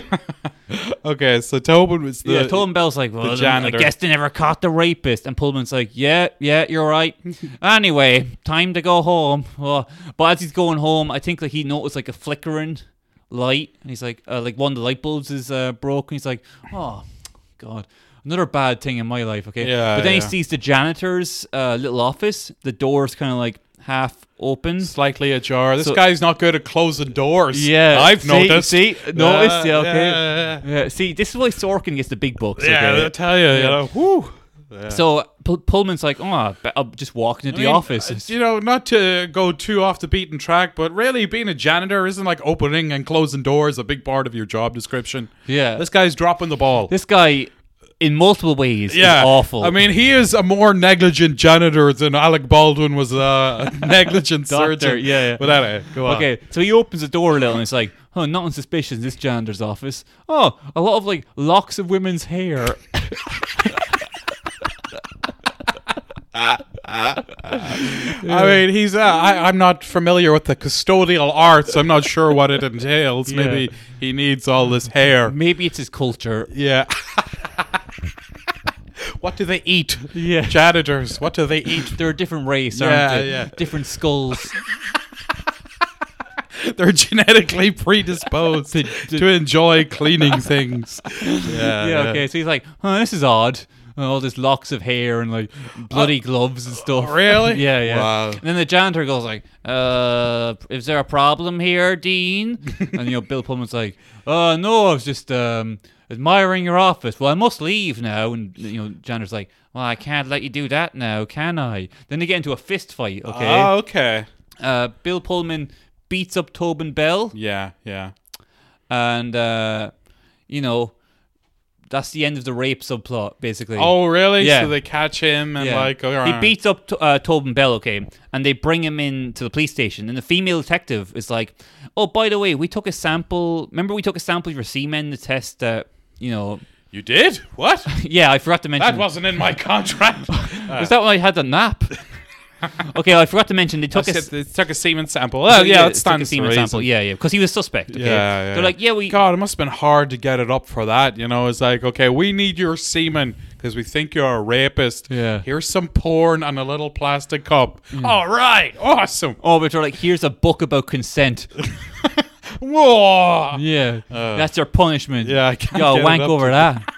Speaker 1: Okay. So Tobin was the.
Speaker 2: yeah, Tobin Bell's like, well, I
Speaker 1: janitor.
Speaker 2: guess they never caught the rapist. And Pullman's like, yeah, yeah, you're right. anyway, time to go home. Well, but as he's going home, I think like he noticed like a flickering light, and he's like, uh, like one of the light bulbs is uh, broken. He's like, oh, god. Another bad thing in my life, okay?
Speaker 1: Yeah,
Speaker 2: but then he
Speaker 1: yeah.
Speaker 2: sees the janitor's uh, little office. The door's kind of like half open.
Speaker 1: Slightly ajar. This
Speaker 2: So-
Speaker 1: guy's not good at closing doors.
Speaker 2: Yeah,
Speaker 1: I've
Speaker 2: see-
Speaker 1: noticed.
Speaker 2: See, noticed. Yeah,
Speaker 1: Yeah,
Speaker 2: okay.
Speaker 1: yeah,
Speaker 2: Yeah, see, this is why Sorkin gets the big bucks.
Speaker 1: Yeah,
Speaker 2: okay?
Speaker 1: I tell you, you know, whew.
Speaker 2: So Pull- Pullman's like, oh, but I'm just walking to the
Speaker 1: I mean,
Speaker 2: office.
Speaker 1: uh, You know, not to go too off the beaten track, but really being a janitor isn't like opening and closing doors a big part of your job description.
Speaker 2: Yeah.
Speaker 1: This guy's dropping the ball.
Speaker 2: this guy, in multiple ways,
Speaker 1: yeah.
Speaker 2: is awful.
Speaker 1: I mean, he is a more negligent janitor than Alec Baldwin was a negligent
Speaker 2: Doctor,
Speaker 1: surgeon.
Speaker 2: yeah, yeah.
Speaker 1: But anyway, go on.
Speaker 2: Okay, so he opens the door a little and it's like, oh, nothing suspicious in this janitor's office. Oh, a lot of like locks of women's hair.
Speaker 1: I mean, he's. Uh, I, I'm not familiar with the custodial arts. I'm not sure what it entails.
Speaker 2: Yeah.
Speaker 1: Maybe he needs all this hair.
Speaker 2: Maybe it's his culture.
Speaker 1: Yeah. what do they eat?
Speaker 2: Yeah.
Speaker 1: Janitors. What do they eat?
Speaker 2: They're a different race,
Speaker 1: Yeah,
Speaker 2: aren't they?
Speaker 1: yeah.
Speaker 2: Different skulls.
Speaker 1: They're genetically predisposed to, enjoy cleaning things. Yeah.
Speaker 2: yeah, okay. So he's like, oh, this is odd. And all this locks of hair and like bloody gloves and stuff.
Speaker 1: Oh, really?
Speaker 2: yeah, yeah.
Speaker 1: Wow.
Speaker 2: And then the janitor goes like, "Uh, is there a problem here, Dean?" and you know, Bill Pullman's like, "Uh, no, I was just um admiring your office. Well, I must leave now." And you know, janitor's like, "Well, I can't let you do that now, can I?" Then they get into a fist fight. Okay.
Speaker 1: Oh, okay.
Speaker 2: Uh, Bill Pullman beats up Tobin Bell
Speaker 1: Yeah, yeah.
Speaker 2: and uh, you know that's the end of the rape subplot basically.
Speaker 1: Oh, really?
Speaker 2: Yeah.
Speaker 1: So they catch him and
Speaker 2: Yeah.
Speaker 1: like, all
Speaker 2: he
Speaker 1: right.
Speaker 2: beats up to uh, Tobin Bell, okay, and they bring him in to the police station. And the female detective is like, "Oh, by the way, we took a sample. Remember, we took a sample of your semen to test that. You know,
Speaker 1: You did? What?
Speaker 2: yeah, I forgot to mention
Speaker 1: That wasn't in my contract. Uh,
Speaker 2: was that when I had the nap. okay, I forgot to mention they
Speaker 1: I
Speaker 2: took a
Speaker 1: said
Speaker 2: s-
Speaker 1: they took a semen sample. Oh, yeah,
Speaker 2: took
Speaker 1: it
Speaker 2: a
Speaker 1: stands to
Speaker 2: semen
Speaker 1: reason.
Speaker 2: sample. Yeah, yeah, because he was suspect. Okay?
Speaker 1: Yeah, yeah.
Speaker 2: They're like, yeah, we
Speaker 1: God, it must have been hard to get it up for that. You know, it's like, okay, we need your semen because we think you're a rapist.
Speaker 2: Yeah. Mm.
Speaker 1: Here's some porn and a little plastic cup. All right. Awesome.
Speaker 2: oh, but they're like, here's a book about consent.
Speaker 1: Whoa.
Speaker 2: Yeah, that's your punishment.
Speaker 1: Uh, Yeah, I can't
Speaker 2: Yo,
Speaker 1: get it
Speaker 2: wank
Speaker 1: up
Speaker 2: over that.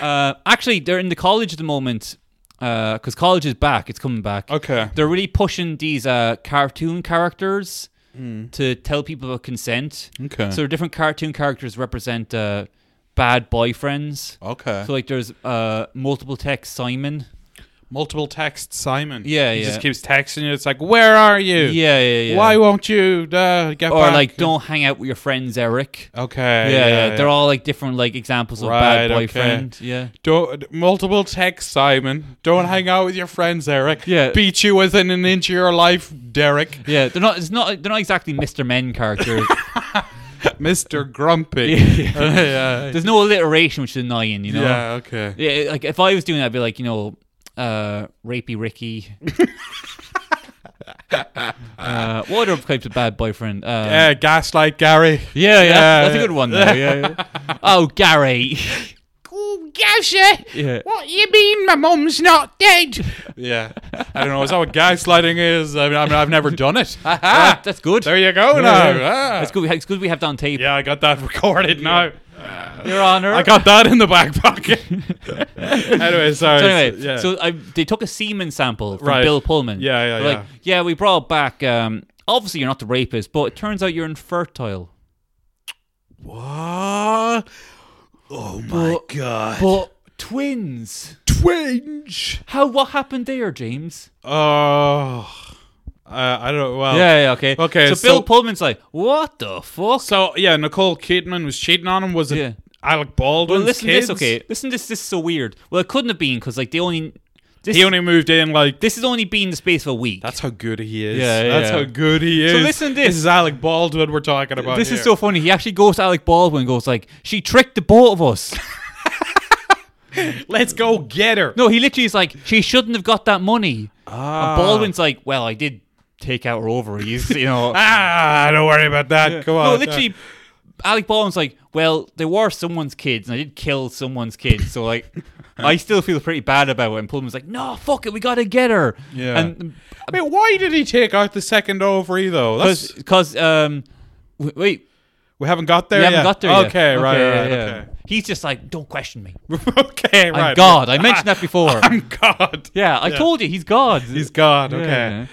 Speaker 2: uh, actually, they're in the college at the moment because college is back. It's coming back.
Speaker 1: Okay.
Speaker 2: They're really pushing these uh, cartoon characters to tell people about consent.
Speaker 1: Hmm. Okay.
Speaker 2: So different cartoon characters represent uh, bad boyfriends.
Speaker 1: Okay.
Speaker 2: So like, there's uh, multiple text Simon.
Speaker 1: Multiple text Simon.
Speaker 2: Yeah,
Speaker 1: he
Speaker 2: yeah.
Speaker 1: just keeps texting you. It's like, where are you?
Speaker 2: Yeah, yeah, yeah.
Speaker 1: Why won't you uh, get
Speaker 2: Or
Speaker 1: back?
Speaker 2: like, don't hang out with your friends, Eric.
Speaker 1: Okay.
Speaker 2: Yeah, yeah, They're all like different like examples of
Speaker 1: Right,
Speaker 2: bad
Speaker 1: okay.
Speaker 2: boyfriend. Yeah.
Speaker 1: Don't, multiple text Simon. Don't hang out with your friends, Eric.
Speaker 2: Mm. Yeah.
Speaker 1: Beat you within an inch of your life, Derek.
Speaker 2: Yeah, they're not. It's not. They're not exactly Mr. Men characters.
Speaker 1: Mr. Grumpy. yeah.
Speaker 2: There's no alliteration, which is annoying. You know.
Speaker 1: Yeah, okay.
Speaker 2: Yeah, Like if I was doing that, I'd be like, you know, uh, rapey Ricky. uh, what other types of bad boyfriend? Uh, yeah,
Speaker 1: Yeah, gaslight Gary.
Speaker 2: yeah,
Speaker 1: yeah,
Speaker 2: that's
Speaker 1: yeah.
Speaker 2: a good one. Though. Yeah, yeah. oh, Gary.
Speaker 3: Oh, Gasher!
Speaker 2: yeah.
Speaker 3: What you mean my mum's not dead?
Speaker 1: Yeah, I don't know. Is that what gaslighting is? I mean, I mean I've never done it.
Speaker 2: Ah, that's good.
Speaker 1: there you go now. Ah.
Speaker 2: That's good. It's good we have it on tape,
Speaker 1: Yeah, I got that recorded now.
Speaker 2: Your Honor.
Speaker 1: I got that in the back pocket. anyway, sorry.
Speaker 2: So anyway,
Speaker 1: yeah.
Speaker 2: so I, they took a semen sample from
Speaker 1: Right.
Speaker 2: Bill Pullman.
Speaker 1: Yeah, yeah,
Speaker 2: They're Like, yeah, we brought back. Um, obviously, you're not the rapist, but it turns out you're infertile.
Speaker 1: what?
Speaker 3: Oh my god.
Speaker 2: But twins.
Speaker 1: Twinge.
Speaker 2: How? What happened there, James?
Speaker 1: Oh, I, I don't. Well,
Speaker 2: Yeah, yeah, okay,
Speaker 1: Oh. Okay,
Speaker 2: So,
Speaker 1: so-
Speaker 2: Bill Pullman's like, what the fuck?
Speaker 1: So yeah, Nicole Kidman was cheating on him. Was it
Speaker 2: Yeah.
Speaker 1: Alec Baldwin?
Speaker 2: well, listen to this. Okay, listen to this. This is so weird. Well, it couldn't have been because like they only. This,
Speaker 1: He only moved in like
Speaker 2: This has only been the space of a week.
Speaker 1: That's how good he is.
Speaker 2: Yeah,
Speaker 1: That's
Speaker 2: yeah.
Speaker 1: how good he is.
Speaker 2: listen to this.
Speaker 1: This is Alec Baldwin we're talking about.
Speaker 2: this
Speaker 1: here.
Speaker 2: is so funny. He actually goes to Alec Baldwin and goes like, she tricked the both of us.
Speaker 1: Let's go get her.
Speaker 2: No, he literally is like, she shouldn't have got that money.
Speaker 1: Ah.
Speaker 2: And Baldwin's like, well, I did take out her ovaries, you know.
Speaker 1: Ah, don't worry about that. Come on.
Speaker 2: no, literally, Alec Baldwin's like, well, they were someone's kids, and I did kill someone's kids, so like, I still feel pretty bad about it. And Pullman's like, no, fuck it, we gotta get her.
Speaker 1: Yeah.
Speaker 2: And um,
Speaker 1: I mean, why did he take out the second ovary though? That's,
Speaker 2: because um, w- wait,
Speaker 1: we haven't got there.
Speaker 2: we haven't
Speaker 1: yet.
Speaker 2: got there yet.
Speaker 1: Okay, right,
Speaker 2: yeah,
Speaker 1: right,
Speaker 2: yeah. He's just like, don't question me.
Speaker 1: okay. okay,
Speaker 2: I'm
Speaker 1: right.
Speaker 2: God. I mentioned that before.
Speaker 1: I'm God.
Speaker 2: yeah, I told you, he's God.
Speaker 1: He's God. Okay.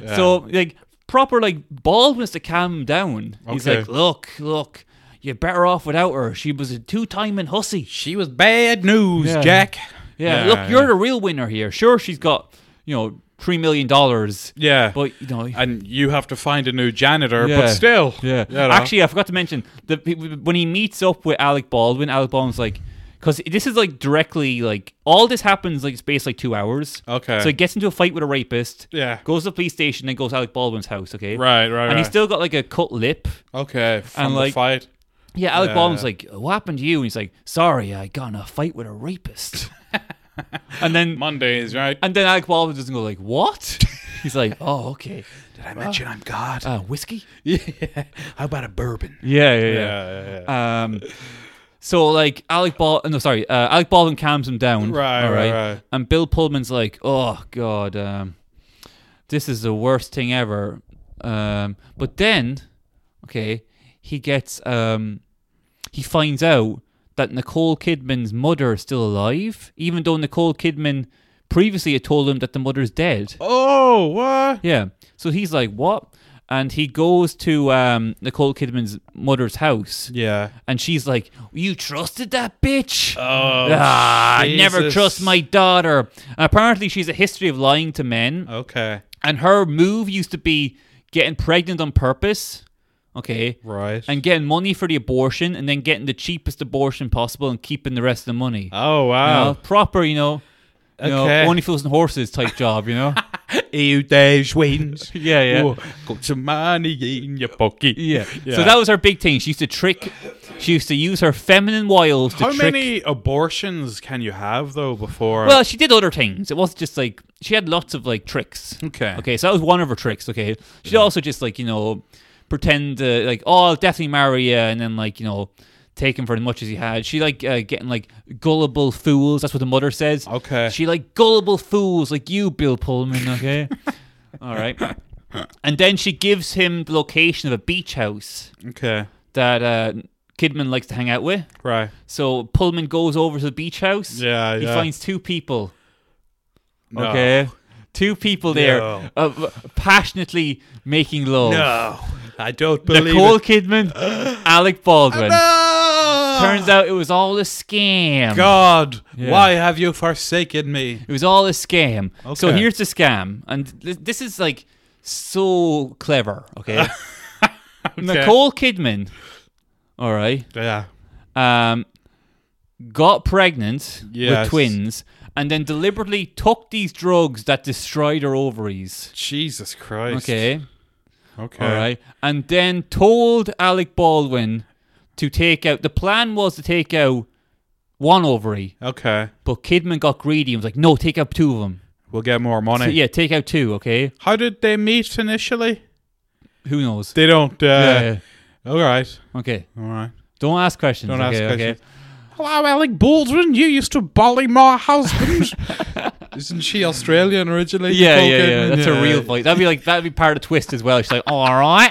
Speaker 2: Yeah. So like proper like Baldwin's to calm him down. He's
Speaker 1: Okay.
Speaker 2: like, look, look, you're better off without her. She was a two timing hussy.
Speaker 1: She was bad news,
Speaker 2: Yeah.
Speaker 1: Jack. Yeah,
Speaker 2: Yeah, look, you're
Speaker 1: yeah.
Speaker 2: the real winner here. Sure, she's got, you know, $3 million. Yeah.
Speaker 1: Yeah.
Speaker 2: But, you know.
Speaker 1: and you have to find a new janitor,
Speaker 2: Yeah.
Speaker 1: but still.
Speaker 2: Yeah.
Speaker 1: you know.
Speaker 2: Actually, I forgot to mention that when he meets up with Alec Baldwin, Alec Baldwin's like, because this is like directly like all this happens like space like two hours.
Speaker 1: Okay.
Speaker 2: So he gets into a fight with a rapist.
Speaker 1: Yeah.
Speaker 2: Goes to the police station and goes to Alec Baldwin's house. Okay.
Speaker 1: Right, right,
Speaker 2: And
Speaker 1: right.
Speaker 2: he's still got like a cut lip.
Speaker 1: Okay, from
Speaker 2: And,
Speaker 1: the
Speaker 2: like-
Speaker 1: fight.
Speaker 2: Yeah. Alec
Speaker 1: Yeah.
Speaker 2: Baldwin's like, "What happened to you?" And he's like, "Sorry, I got in a fight with a rapist." and then
Speaker 1: Mondays, right?
Speaker 2: and then Alec Baldwin doesn't go like, "What?" He's like, "Oh, okay.
Speaker 1: Did I mention I'm God?
Speaker 2: Uh, whiskey."
Speaker 1: yeah. How about a bourbon?
Speaker 2: Yeah. Yeah. Yeah.
Speaker 1: Yeah, yeah, yeah.
Speaker 2: Um, so like Alec Ball, no, sorry, uh, Alec Baldwin calms him down.
Speaker 1: Right,
Speaker 2: all
Speaker 1: right, right.
Speaker 2: And Bill Pullman's like, oh god, um, this is the worst thing ever. Um, but then, okay, he gets, um, he finds out that Nicole Kidman's mother is still alive, even though Nicole Kidman previously had told him that the mother's dead.
Speaker 1: Oh, what?
Speaker 2: Yeah. So he's like, what? And he goes to um, Nicole Kidman's mother's house.
Speaker 1: Yeah.
Speaker 2: And she's like, You trusted that bitch?
Speaker 1: Oh,
Speaker 2: ah, I never
Speaker 1: Jesus.
Speaker 2: trust my daughter. And apparently, she's a history of lying to men.
Speaker 1: Oh. Okay.
Speaker 2: And her move used to be getting pregnant on purpose. Okay.
Speaker 1: Right.
Speaker 2: And getting money for the abortion and then getting the cheapest abortion possible and keeping the rest of the money.
Speaker 1: oh,
Speaker 2: You
Speaker 1: wow.
Speaker 2: know, proper, you know. You
Speaker 1: Okay.
Speaker 2: know, only fools and horses type job, you know?
Speaker 1: You dash wins.
Speaker 2: yeah, yeah.
Speaker 1: Ooh, got some money in your pocket.
Speaker 2: Yeah. So that was her big thing. She used to trick, she used to use her feminine wiles to
Speaker 1: How
Speaker 2: trick.
Speaker 1: many abortions can you have though before?
Speaker 2: Well, she did other things. It wasn't just like she had lots of like tricks.
Speaker 1: Okay.
Speaker 2: Okay, so that was one of her tricks. Okay, she'd also just like you know pretend uh, like oh I'll definitely marry you, and then like you know take him for as much as he had. She like uh, getting like gullible fools. That's what the mother says.
Speaker 1: Okay.
Speaker 2: She like gullible fools like you, Bill Pullman. Okay. All right. And then she gives him the location of a beach house
Speaker 1: okay.
Speaker 2: that uh, Kidman likes to hang out with.
Speaker 1: Right.
Speaker 2: So Pullman goes over to the beach house.
Speaker 1: Yeah,
Speaker 2: He
Speaker 1: yeah.
Speaker 2: finds two people.
Speaker 1: No.
Speaker 2: Okay. Two people there
Speaker 1: No.
Speaker 2: uh, passionately making love.
Speaker 1: No, I don't believe
Speaker 2: Nicole
Speaker 1: it.
Speaker 2: Kidman, Alec Baldwin.
Speaker 1: No.
Speaker 2: Turns out it was all a scam.
Speaker 1: God,
Speaker 2: Yeah.
Speaker 1: why have you forsaken me?
Speaker 2: It was all a scam. So
Speaker 1: Okay.
Speaker 2: here's the scam. And th- this is like so clever. Okay. Nicole Kidman, all right,
Speaker 1: Yeah.
Speaker 2: um, got pregnant
Speaker 1: Yes.
Speaker 2: with twins and then deliberately took these drugs that destroyed her ovaries.
Speaker 1: Jesus Christ.
Speaker 2: Okay.
Speaker 1: Okay.
Speaker 2: All right. And then told Alec Baldwin to take out. The plan was to take out one ovary,
Speaker 1: Okay.
Speaker 2: but Kidman got greedy and was like, no, take out two of them.
Speaker 1: We'll get more money.
Speaker 2: So, yeah, take out two, okay?
Speaker 1: How did they meet initially?
Speaker 2: Who knows?
Speaker 1: They don't. Uh,
Speaker 2: Yeah,
Speaker 1: All right.
Speaker 2: yeah. Okay.
Speaker 1: All right.
Speaker 2: Don't ask questions.
Speaker 1: Don't
Speaker 2: okay,
Speaker 1: ask
Speaker 2: okay.
Speaker 1: questions. Hello, Alec Baldwin. You used to bully my husband. Isn't she Australian originally?
Speaker 2: Yeah,
Speaker 1: Nicole
Speaker 2: yeah, yeah.
Speaker 1: Kidman?
Speaker 2: That's a real voice. That'd be like that'd be part of twist as well. She's like, all right,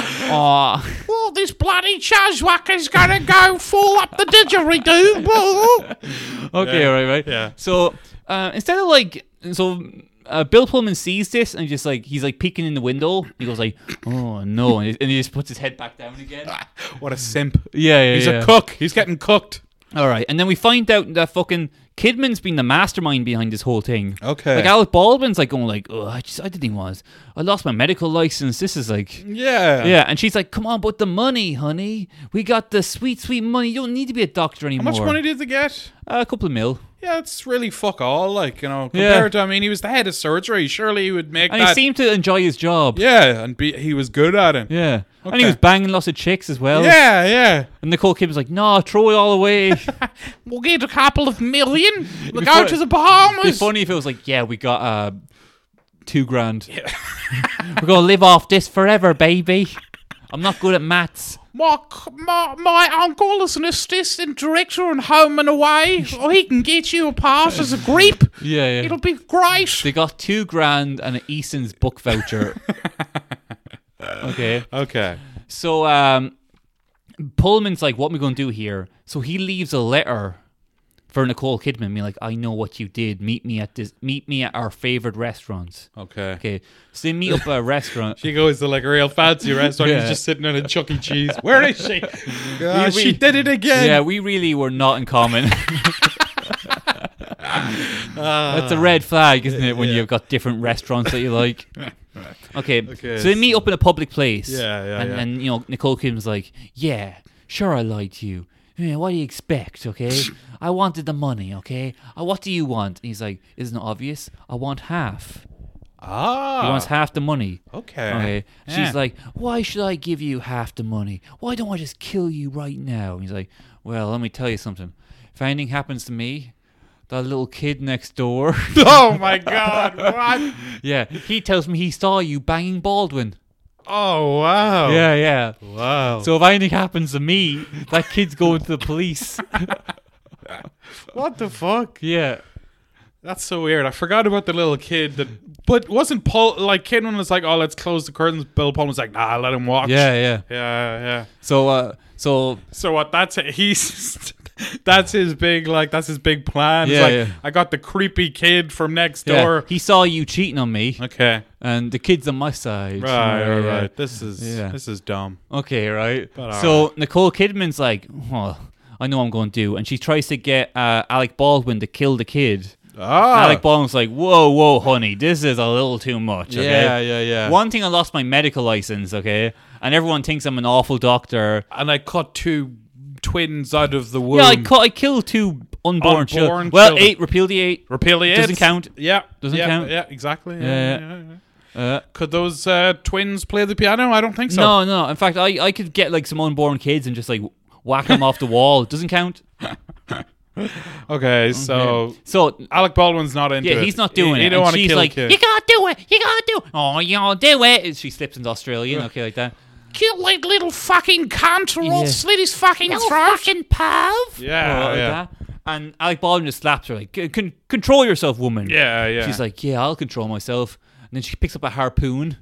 Speaker 2: oh,
Speaker 3: Oh, this bloody Chazwacker's gonna go fall up the didgeridoo. Whoa.
Speaker 2: okay,
Speaker 1: Yeah.
Speaker 2: all right, right.
Speaker 1: Yeah.
Speaker 2: So uh, instead of like, so uh, Bill Pullman sees this and just like he's like peeking in the window. He goes like, oh no, and he, and he just puts his head back down again.
Speaker 1: What a simp.
Speaker 2: Yeah, yeah,
Speaker 1: He's
Speaker 2: yeah.
Speaker 1: a cook. He's getting cooked.
Speaker 2: All right, and then we find out that fucking Kidman's been the mastermind behind this whole thing.
Speaker 1: Okay.
Speaker 2: Like Alec Baldwin's like going like, oh, I just I didn't want, I lost my medical license. This is like.
Speaker 1: Yeah.
Speaker 2: Yeah, and she's like, "Come on, but the money, honey. We got the sweet, sweet money. You don't need to be a doctor
Speaker 1: How
Speaker 2: anymore."
Speaker 1: much money did they get?
Speaker 2: a couple of mil.
Speaker 1: Yeah, it's really fuck all. Like you know,
Speaker 2: Yeah.
Speaker 1: compared to I mean, he was the head of surgery. Surely he would make
Speaker 2: And he
Speaker 1: that.
Speaker 2: seemed to enjoy his job.
Speaker 1: yeah, and be, he was good at it.
Speaker 2: Yeah. And he
Speaker 1: Okay.
Speaker 2: was banging lots of chicks as well.
Speaker 1: yeah, yeah.
Speaker 2: And Nicole Kidman's like, "No, throw it all away." It'd
Speaker 3: We'll get a couple of million. We'll
Speaker 2: Before-
Speaker 3: go to the
Speaker 2: be
Speaker 3: Bahamas.
Speaker 2: funny if it was like, "Yeah, we got uh, two grand. We're gonna live off this forever, baby." I'm not good at maths.
Speaker 3: My, c- my, my uncle is an assistant director on Home and Away. or he can get you a pass as a grip.
Speaker 2: Yeah,
Speaker 3: It'll be great.
Speaker 2: They got two grand and an Easton's book voucher. okay.
Speaker 1: Okay.
Speaker 2: So um, Pullman's like, "What am we gonna do here?" So he leaves a letter for Nicole Kidman, be like, I know what you did. Meet me at this. Meet me at our favorite restaurants.
Speaker 4: Okay.
Speaker 2: Okay, so they meet up at a restaurant.
Speaker 1: She goes to like a real fancy restaurant.
Speaker 2: Yeah.
Speaker 1: He's just sitting in a Chuck E. Cheese. Where is she?
Speaker 4: God,
Speaker 1: We-
Speaker 4: "Ah, she did it again.
Speaker 2: yeah, we really were not in common. That's
Speaker 4: Ah.
Speaker 2: a red flag, isn't it? When you've got different restaurants that you like. Okay.
Speaker 4: Okay,
Speaker 2: so they meet up in a public place.
Speaker 4: Yeah, yeah,
Speaker 2: And,
Speaker 4: yeah.
Speaker 2: and you know, Nicole Kidman's like, "Yeah, sure, I lied to you. Yeah, what do you expect? Okay, I wanted the money. Okay, uh, what do you want?" And he's like, "Isn't it obvious? I want half. He
Speaker 4: Ah.
Speaker 2: wants half the money."
Speaker 4: okay.
Speaker 2: Okay.
Speaker 4: Yeah.
Speaker 2: She's like, Why should I give you half the money? Why don't I just kill you right now? And he's like, Well, let me tell you something. If anything happens to me, that little kid next door.
Speaker 1: Oh my God! What?
Speaker 2: yeah. He tells me he saw you banging Baldwin.
Speaker 1: Oh wow!
Speaker 2: Yeah, yeah.
Speaker 1: Wow.
Speaker 2: So if anything happens to me, that kid's going to the police.
Speaker 1: what the fuck?
Speaker 2: yeah.
Speaker 1: That's so weird. I forgot about the little kid that, but wasn't Paul like Kidman was like, "Oh, let's close the curtains." Bill Pullman was like, "Nah, let him watch."
Speaker 2: Yeah, yeah.
Speaker 1: yeah, yeah.
Speaker 2: So uh so
Speaker 1: So what? That's it. He's that's his big like that's his big plan. It's
Speaker 2: Yeah,
Speaker 1: like,
Speaker 2: yeah.
Speaker 1: I got the creepy kid from next
Speaker 2: yeah,
Speaker 1: door.
Speaker 2: he saw you cheating on me
Speaker 1: Okay,
Speaker 2: and the kid's on my side.
Speaker 1: right,
Speaker 2: Yeah,
Speaker 1: right,
Speaker 2: yeah.
Speaker 1: right. This is
Speaker 2: Yeah.
Speaker 1: this is dumb.
Speaker 2: Okay, right.
Speaker 1: all
Speaker 2: so Nicole Kidman's like, well, I know what I'm going to do, and she tries to get uh, Alec Baldwin to kill the kid.
Speaker 1: Oh.
Speaker 4: Ah.
Speaker 2: Alec Baldwin's like, whoa, whoa, honey, this is a little too much. Okay?
Speaker 4: Yeah, yeah, yeah.
Speaker 2: One thing, I lost my medical license. Okay, and everyone thinks I'm an awful doctor.
Speaker 1: And I caught two twins out of the womb.
Speaker 2: Yeah, I, ca- I killed two unborn,
Speaker 1: Unborn
Speaker 2: children. Well,
Speaker 1: children.
Speaker 2: eight, repeal the eight.
Speaker 1: Repeal the
Speaker 2: Doesn't
Speaker 1: eights.
Speaker 2: count.
Speaker 1: Yeah,
Speaker 2: Doesn't
Speaker 1: yeah,
Speaker 2: count.
Speaker 1: Yeah, exactly. Yeah,
Speaker 2: Yeah,
Speaker 1: yeah, yeah.
Speaker 2: Uh,
Speaker 1: Could those uh, twins play the piano? I don't think so.
Speaker 2: no, no. In fact, I, I could get like some unborn kids and just like whack them off the wall. Doesn't count.
Speaker 1: Okay, so
Speaker 2: So
Speaker 1: Alec Baldwin's not into
Speaker 2: Yeah,
Speaker 1: it.
Speaker 2: he's not doing
Speaker 1: He-
Speaker 2: it.
Speaker 1: He don't
Speaker 2: and
Speaker 1: want to
Speaker 2: she's
Speaker 1: kill
Speaker 2: like,
Speaker 1: a kid.
Speaker 2: you can't do it. You can't do it. Oh, you can't do it. And she slips into Australian, okay, like that.
Speaker 5: Kill that little fucking cunt or I'll
Speaker 2: Yeah.
Speaker 5: slit his fucking
Speaker 2: You
Speaker 5: throat.
Speaker 2: fucking pav.
Speaker 1: Yeah,
Speaker 2: Or like
Speaker 1: yeah.
Speaker 2: that. And Alec Baldwin just slaps her like, "C- Con- control yourself, woman.
Speaker 1: yeah, yeah.
Speaker 2: She's like, yeah, I'll control myself. And then she picks up a harpoon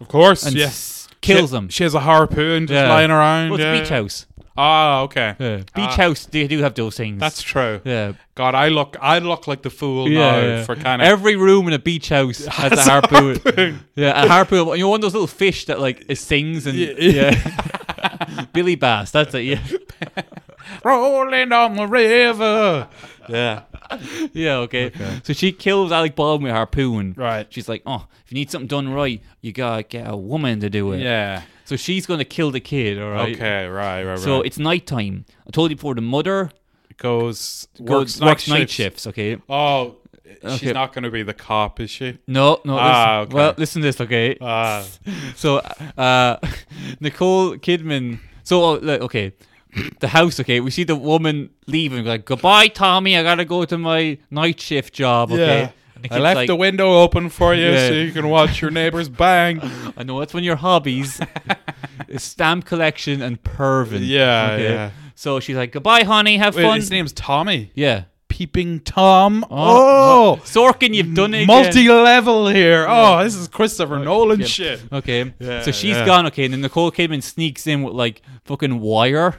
Speaker 1: of course.
Speaker 2: and
Speaker 1: Yes.
Speaker 2: s- kills
Speaker 1: She-
Speaker 2: him.
Speaker 1: She has a harpoon just
Speaker 2: Yeah.
Speaker 1: lying around.
Speaker 2: well, it's
Speaker 1: yeah.
Speaker 2: Beach House.
Speaker 1: Ah, okay.
Speaker 2: Beach House, they do have those things.
Speaker 1: That's true.
Speaker 2: yeah.
Speaker 1: God, I look, I look like the fool now for kind of.
Speaker 2: Every room in a beach house has a harpoon. Yeah, a harpoon. You know, one of those little fish that like it sings and yeah. Billy Bass, that's it. Yeah,
Speaker 1: rolling on the river. Yeah.
Speaker 2: yeah, okay. So she kills Alec Baldwin with a harpoon.
Speaker 1: Right.
Speaker 2: She's like, oh, if you need something done right, you gotta get a woman to do it.
Speaker 1: Yeah.
Speaker 2: So she's gonna kill the kid. All right.
Speaker 1: Okay. Right. Right.
Speaker 2: So
Speaker 1: right.
Speaker 2: it's nighttime. I told you before the mother
Speaker 1: it goes works,
Speaker 2: works, works, night,
Speaker 1: night shift.
Speaker 2: shifts. Okay.
Speaker 1: Oh,
Speaker 2: Okay.
Speaker 1: she's not going to be the cop, is she?
Speaker 2: No, no. Listen,
Speaker 1: Ah, okay.
Speaker 2: Well, listen to this. Okay.
Speaker 1: Ah,
Speaker 2: So, uh, Nicole Kidman. So, uh, like, okay, the house. Okay, we see the woman leaving. Like, goodbye, Tommy. I gotta go to my night shift job. Okay. And the
Speaker 1: I
Speaker 2: kid's
Speaker 1: left
Speaker 2: like,
Speaker 1: the window open for you
Speaker 2: Yeah.
Speaker 1: so you can watch your neighbors bang.
Speaker 2: I know that's one of your hobbies. is stamp collection and perving.
Speaker 1: Yeah, yeah.
Speaker 2: So she's like, goodbye, honey. Have
Speaker 1: Wait,
Speaker 2: fun.
Speaker 1: his name's Tommy.
Speaker 2: yeah.
Speaker 1: Peeping Tom. Oh,
Speaker 2: Sorkin, you've done it. again.
Speaker 1: multi-level here. Oh, this is Christopher Nolan
Speaker 2: yeah.
Speaker 1: shit.
Speaker 2: Okay,
Speaker 1: Yeah,
Speaker 2: so she's
Speaker 1: yeah.
Speaker 2: gone. Okay, and then Nicole Kidman sneaks in with like fucking wire.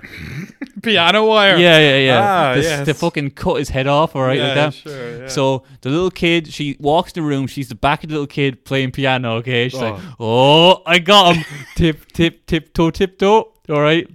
Speaker 1: Piano wire.
Speaker 2: Yeah, yeah, yeah.
Speaker 1: Ah,
Speaker 2: the,
Speaker 1: yes.
Speaker 2: the fucking cut his head off, all right,
Speaker 1: Yeah,
Speaker 2: like that.
Speaker 1: sure, yeah.
Speaker 2: So the little kid, she walks in the room. She's the back of the little kid playing piano. Okay, she's like,
Speaker 1: Oh.
Speaker 2: "Oh, I got him! tip, tip, tip, toe, tip, toe." All right.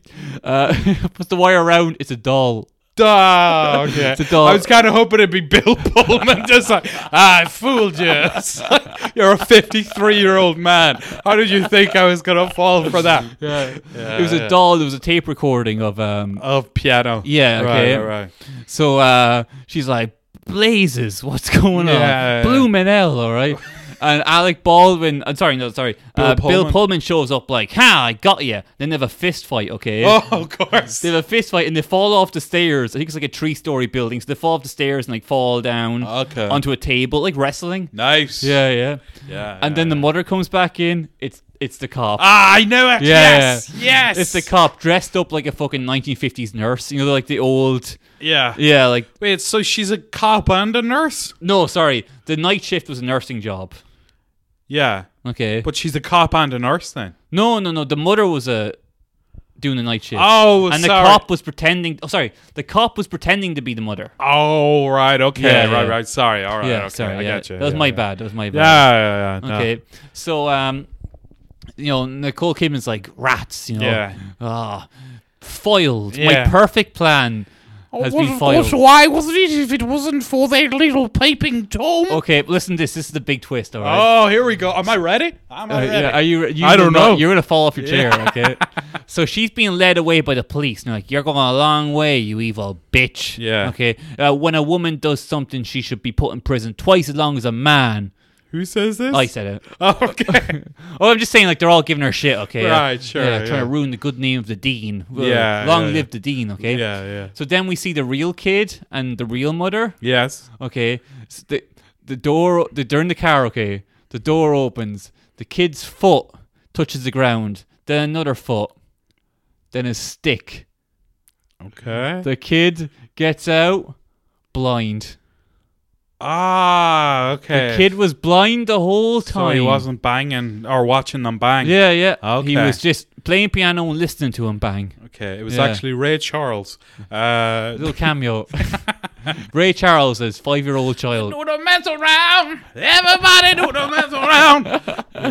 Speaker 2: Uh, puts the wire around. It's a doll.
Speaker 1: Duh, okay.
Speaker 2: a doll.
Speaker 1: I was kind of hoping it'd be Bill Pullman, just like, ah, I fooled you. It's like, You're a 53 year old man. How did you think I was going to fall for that?
Speaker 2: Yeah.
Speaker 1: Yeah,
Speaker 2: it was
Speaker 1: yeah.
Speaker 2: a doll. There was a tape recording of um.
Speaker 1: Of piano.
Speaker 2: Yeah, okay.
Speaker 1: Right, right, right.
Speaker 2: So uh, she's like, "Blazes, what's going on?"
Speaker 1: Yeah.
Speaker 2: Blue Manel, all right. And Alec Baldwin, I'm sorry, no, sorry. uh, Bill
Speaker 1: Pullman.
Speaker 2: Pullman shows up like, "Ha, I got you." Then they have a fist fight. Okay.
Speaker 1: Oh, of course.
Speaker 2: They have a fist fight and they fall off the stairs. I think it's like a three-story building. So they fall off the stairs and like fall down
Speaker 1: Okay.
Speaker 2: onto a table, like wrestling.
Speaker 1: Nice.
Speaker 2: Yeah, yeah.
Speaker 1: Yeah.
Speaker 2: And then the mother comes back in. It's it's the cop.
Speaker 1: Ah, I knew it.
Speaker 2: Yeah,
Speaker 1: yes. Yes.
Speaker 2: It's the cop dressed up like a fucking 1950s nurse. You know, like the old.
Speaker 1: Yeah.
Speaker 2: Yeah, like
Speaker 1: Wait, so she's a cop and a nurse?
Speaker 2: no, sorry. The night shift was a nursing job.
Speaker 1: Yeah.
Speaker 2: Okay.
Speaker 1: But she's a cop and a nurse then.
Speaker 2: no, no, no. The mother was a uh, doing the night shift.
Speaker 1: Oh, sorry.
Speaker 2: and the cop was pretending. Oh, sorry, the cop was pretending to be the mother.
Speaker 1: Oh, right. Okay.
Speaker 2: Yeah,
Speaker 1: right.
Speaker 2: yeah.
Speaker 1: Right. Sorry. All right.
Speaker 2: yeah,
Speaker 1: Oh, okay.
Speaker 2: sorry,
Speaker 1: I
Speaker 2: yeah.
Speaker 1: gotcha.
Speaker 2: That was
Speaker 1: yeah,
Speaker 2: my
Speaker 1: yeah.
Speaker 2: bad. That was my bad.
Speaker 1: Yeah. Yeah. yeah, no.
Speaker 2: Okay. So um, you know, Nicole Kidman's like rats. You know,
Speaker 1: Yeah.
Speaker 2: ah, foiled.
Speaker 1: Yeah.
Speaker 2: My perfect plan
Speaker 1: Oh,
Speaker 2: has been
Speaker 6: What,
Speaker 2: foiled.
Speaker 6: what, why was it if it wasn't for that little peeping Tom?
Speaker 2: Okay, but listen. to This this is the big twist. All right.
Speaker 1: Oh, here we go. Am I ready? Am
Speaker 2: Uh,
Speaker 1: I ready?
Speaker 2: yeah, are you? you
Speaker 1: I
Speaker 2: will
Speaker 1: don't
Speaker 2: not-
Speaker 1: know.
Speaker 2: You're gonna fall off your chair. Okay. so she's being led away by the police. And they're like, you're going a long way, you evil bitch.
Speaker 1: Yeah.
Speaker 2: Okay. Uh, when a woman does something, she should be put in prison twice as long as a man.
Speaker 1: Who says this?
Speaker 2: I said it.
Speaker 1: Oh, okay.
Speaker 2: Oh, I'm just saying, like they're all giving her shit. Okay. yeah.
Speaker 1: Right, sure,
Speaker 2: Yeah, trying
Speaker 1: yeah.
Speaker 2: to ruin the good name of the dean. Ugh,
Speaker 1: Yeah,
Speaker 2: Long
Speaker 1: yeah,
Speaker 2: live the dean. Okay.
Speaker 1: yeah. Yeah.
Speaker 2: So then we see the real kid and the real mother.
Speaker 1: Yes.
Speaker 2: Okay. So the the door the during the car, okay, the door opens, the kid's foot touches the ground, then another foot, then his stick.
Speaker 1: Okay.
Speaker 2: The kid gets out blind.
Speaker 1: Ah. Okay.
Speaker 2: Kid was blind the whole
Speaker 1: So
Speaker 2: time.
Speaker 1: he wasn't banging or watching them bang.
Speaker 2: Yeah, yeah. He
Speaker 1: Okay.
Speaker 2: was just playing piano and listening to him bang.
Speaker 1: Okay. It was
Speaker 2: Yeah.
Speaker 1: actually Ray Charles. Uh,
Speaker 2: A little cameo. Ray Charles as five year old child.
Speaker 6: Do the mess around.
Speaker 1: Everybody do the mess around.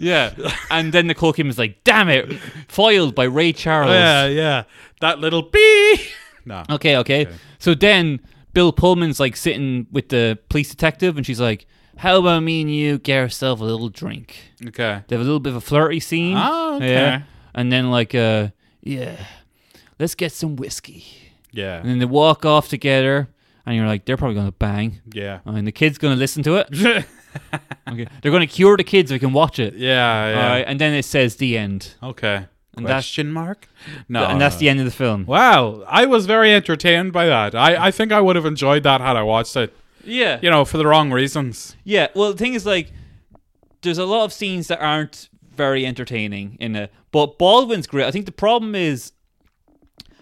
Speaker 2: Yeah. And then Nicole Kidman's like, damn it. Foiled by Ray Charles.
Speaker 1: yeah. Yeah. That little bee. No.
Speaker 2: Okay, okay, So then Bill Pullman's like sitting with the police detective, and she's like, "How about me and you get ourselves a little drink?"
Speaker 1: Okay.
Speaker 2: They have a little bit of a flirty scene.
Speaker 1: Ah, okay.
Speaker 2: And then like, uh, yeah, let's get some whiskey. And
Speaker 1: Yeah.
Speaker 2: then they walk off together, and you're like, they're probably gonna bang.
Speaker 1: Yeah.
Speaker 2: I mean, the kid's gonna listen to it.
Speaker 1: yeah.
Speaker 2: Okay, they're gonna cure the kids so we can watch it. All
Speaker 1: Yeah.
Speaker 2: right, and then it says the end,
Speaker 1: Okay.
Speaker 2: And that's-
Speaker 1: Question mark? No.
Speaker 2: and that's the end of the film.
Speaker 1: Wow, I was very entertained by that. I, I think I would have enjoyed that had I watched it.
Speaker 2: Yeah,
Speaker 1: You know, for the wrong reasons.
Speaker 2: Yeah, well, the thing is, like, there's a lot of scenes that aren't very entertaining in it, but Baldwin's great. I think the problem is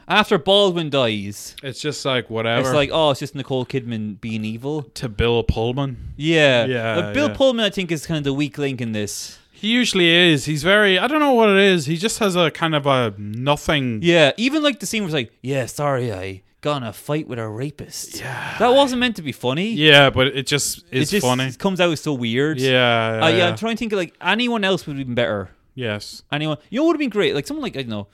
Speaker 2: after Baldwin dies,
Speaker 1: It's just like whatever.
Speaker 2: it's like, oh, it's just Nicole Kidman being evil.
Speaker 1: to Bill Pullman.
Speaker 2: Yeah,
Speaker 1: Yeah,
Speaker 2: But Bill
Speaker 1: yeah.
Speaker 2: Pullman, I think, is kind of the weak link in this.
Speaker 1: He usually is. He's very. I don't know what it is. He just has a kind of a nothing.
Speaker 2: Yeah, even like the scene where it's like, yeah, sorry, I got in a fight with a rapist. Yeah, that wasn't meant to be funny.
Speaker 1: Yeah, but it just is
Speaker 2: it just
Speaker 1: funny.
Speaker 2: comes out so weird.
Speaker 1: yeah,
Speaker 2: Uh, yeah, I'm trying to think of like anyone else would have been better.
Speaker 1: yes.
Speaker 2: anyone. You know what would have been great? Like someone like I don't know,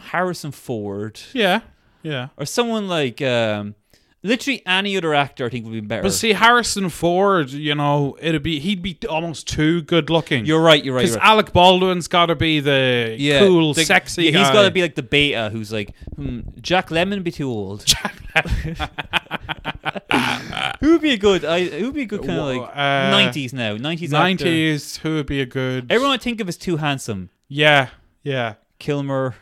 Speaker 2: Harrison Ford
Speaker 1: Yeah. Yeah.
Speaker 2: or someone like um, literally any other actor. I think would be better.
Speaker 1: But see, Harrison Ford, you know, it'd be he'd be almost too good looking.
Speaker 2: you're right. You're right.
Speaker 1: because
Speaker 2: You're right.
Speaker 1: Alec Baldwin's got to be the
Speaker 2: Yeah,
Speaker 1: cool,
Speaker 2: the-
Speaker 1: sexy.
Speaker 2: yeah, he's
Speaker 1: guy.
Speaker 2: got to be like the beta who's like hmm, Jack Lemon. Be too old. who'd be a good? I who'd be a good kind of
Speaker 1: Wha-
Speaker 2: like
Speaker 1: uh,
Speaker 2: nineties now? Nineties. Nineties.
Speaker 1: nineties. Who would be a good?
Speaker 2: Everyone I think of is too handsome.
Speaker 1: Yeah, yeah.
Speaker 2: Kilmer.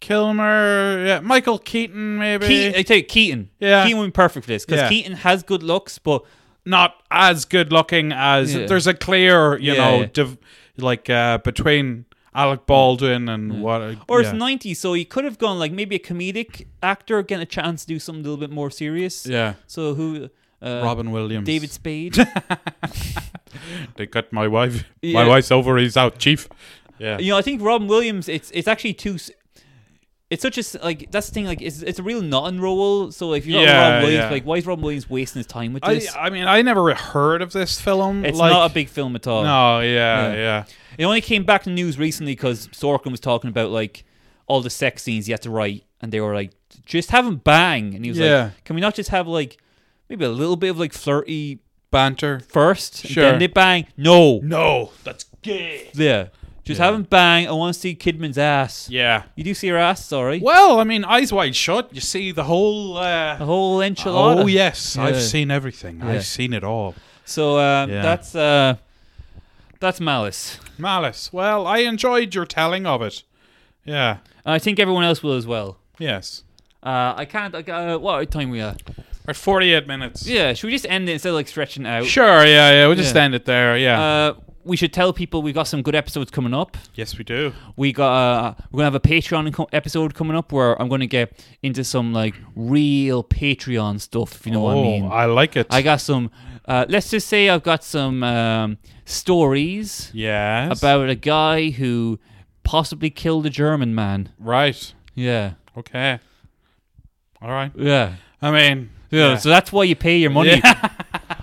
Speaker 1: Kilmer, yeah. Michael Keaton, maybe
Speaker 2: Keaton, I tell you, Keaton.
Speaker 1: Yeah.
Speaker 2: Keaton would be perfect for this because
Speaker 1: Yeah.
Speaker 2: Keaton has good looks, but
Speaker 1: not as good looking as.
Speaker 2: Yeah.
Speaker 1: There's a clear, you
Speaker 2: Yeah,
Speaker 1: know,
Speaker 2: yeah.
Speaker 1: div- like uh, between Alec Baldwin and what.
Speaker 2: Or
Speaker 1: yeah.
Speaker 2: it's 90, so he could have gone like maybe a comedic actor, getting a chance to do something a little bit more serious.
Speaker 1: Yeah,
Speaker 2: So who? Uh,
Speaker 1: Robin Williams.
Speaker 2: David Spade.
Speaker 1: They cut my wife.
Speaker 2: Yeah.
Speaker 1: My wife's ovaries out, chief. Yeah.
Speaker 2: you know, I think Robin Williams. It's it's actually too. s- It's such a s- like that's the thing. Like it's it's a real not in role. So if you got
Speaker 1: Yeah,
Speaker 2: Robin Williams,
Speaker 1: yeah.
Speaker 2: like why is Robin Williams wasting his time with
Speaker 1: I,
Speaker 2: this?
Speaker 1: I mean, I never heard of this film.
Speaker 2: it's
Speaker 1: like,
Speaker 2: not a big film at all.
Speaker 1: No, yeah,
Speaker 2: Yeah.
Speaker 1: yeah.
Speaker 2: It only came back in the news recently because Sorkin was talking about like all the sex scenes he had to write, and they were like, just have him bang, and he was
Speaker 1: Yeah.
Speaker 2: like, can we not just have like maybe a little bit of like flirty
Speaker 1: Banter.
Speaker 2: first,
Speaker 1: Sure.
Speaker 2: and then they bang. No,
Speaker 1: No, that's gay.
Speaker 2: yeah, just have him bang. I want to see Kidman's ass.
Speaker 1: Yeah.
Speaker 2: You do see her ass, sorry.
Speaker 1: Well, I mean, eyes wide shut. You see the whole. Uh,
Speaker 2: The whole enchilada.
Speaker 1: Oh yes,
Speaker 2: Yeah.
Speaker 1: I've seen everything.
Speaker 2: Yeah.
Speaker 1: I've seen it all.
Speaker 2: So um,
Speaker 1: Yeah.
Speaker 2: that's uh, that's malice.
Speaker 1: Malice. Well, I enjoyed your telling of it. Yeah.
Speaker 2: I think everyone else will as well.
Speaker 1: Yes.
Speaker 2: Uh, I can't. I, uh, what time we at?
Speaker 1: At 48 minutes.
Speaker 2: Yeah, should we just end it instead of like stretching it out?
Speaker 1: Sure. Yeah. Yeah. We'll just
Speaker 2: Yeah.
Speaker 1: end it there. Yeah.
Speaker 2: Uh, we should tell people we've got some good episodes coming up.
Speaker 1: yes, we do.
Speaker 2: We got uh, we're gonna have a Patreon co- episode coming up where I'm gonna get into some like real Patreon stuff. If you know what I
Speaker 1: oh,
Speaker 2: mean.
Speaker 1: I like it.
Speaker 2: I got some. Uh, let's just say I've got some um, stories
Speaker 1: Yes.
Speaker 2: about a guy who possibly killed a German man.
Speaker 1: Right.
Speaker 2: Yeah.
Speaker 1: Okay. All right.
Speaker 2: Yeah.
Speaker 1: I mean,
Speaker 2: Yeah. So that's why you pay your money.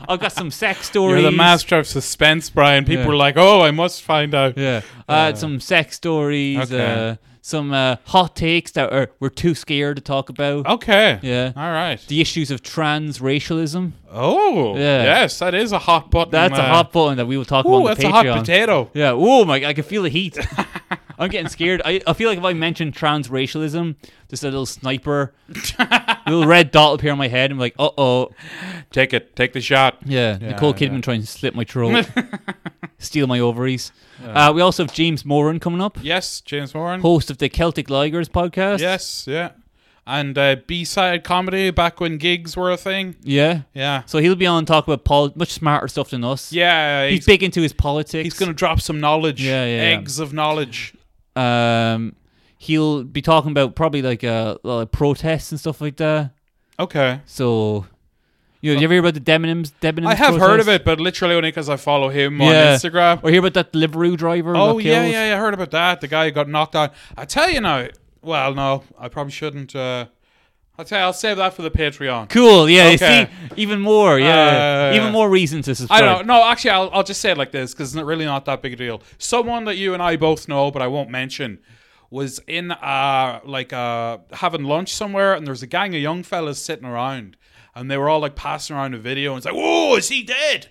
Speaker 2: I've got some sex stories.
Speaker 1: you're the master of suspense, Brian. People
Speaker 2: Yeah.
Speaker 1: were like, "Oh, I must find out."
Speaker 2: Yeah. Uh, I had some sex stories,
Speaker 1: Uh, Okay.
Speaker 2: uh, some uh, hot takes that are, we're too scared to talk about.
Speaker 1: Oh. Okay.
Speaker 2: Yeah.
Speaker 1: All right.
Speaker 2: The issues of trans racialism.
Speaker 1: Oh,
Speaker 2: Yeah.
Speaker 1: yes, that is a hot button.
Speaker 2: That's a
Speaker 1: uh,
Speaker 2: hot button that we will talk
Speaker 1: Ooh,
Speaker 2: about on
Speaker 1: that's
Speaker 2: the
Speaker 1: a
Speaker 2: Patreon.
Speaker 1: hot potato.
Speaker 2: Yeah. Oh my! I can feel the heat. I'm getting scared. I, I feel like if I mention trans racialism, just a little sniper, little red dot will appear on my head. I'm like, uh oh.
Speaker 1: Take it. Take the shot.
Speaker 2: Yeah, Nicole Kidman trying to slit my throat, steal my ovaries. Uh, we also have James Moran coming up,
Speaker 1: Yes, James Warren.
Speaker 2: host of the Celtic Ligers podcast.
Speaker 1: Yes, yeah. And uh, B-side comedy back when gigs were a thing.
Speaker 2: Yeah.
Speaker 1: Yeah.
Speaker 2: So he'll be on and talk about pol- much smarter stuff than us.
Speaker 1: Yeah,
Speaker 2: He's,
Speaker 1: he's,
Speaker 2: big into his politics.
Speaker 1: he's going to drop some knowledge.
Speaker 2: Yeah, yeah, yeah.
Speaker 1: Eggs of knowledge.
Speaker 2: Um, he'll be talking about probably like uh, like protests and stuff like that.
Speaker 1: Okay.
Speaker 2: So, you know, you ever hear about the Debenhams? Debenhams
Speaker 1: I have heard of
Speaker 2: protest?
Speaker 1: it, but literally only because I follow him
Speaker 2: Yeah.
Speaker 1: on Instagram.
Speaker 2: Or hear about that Deliveroo driver? who
Speaker 1: Oh,
Speaker 2: got
Speaker 1: yeah,
Speaker 2: killed?
Speaker 1: yeah, yeah. I heard about that. The guy who got knocked out. I tell you now. Well, no, I probably shouldn't. Uh, I'll tell you, I'll save that for the Patreon.
Speaker 2: Cool. Yeah.
Speaker 1: Okay.
Speaker 2: You see, even more. Yeah.
Speaker 1: Uh,
Speaker 2: even more reason to subscribe.
Speaker 1: I don't know. No, actually, I'll, I'll just say it like this because it's really not that big a deal. Someone that you and I both know, but I won't mention, was in uh like uh having lunch somewhere, and there's a gang of young fellas sitting around, and they were all like passing around a video, and it's like, "Whoa, is he dead?"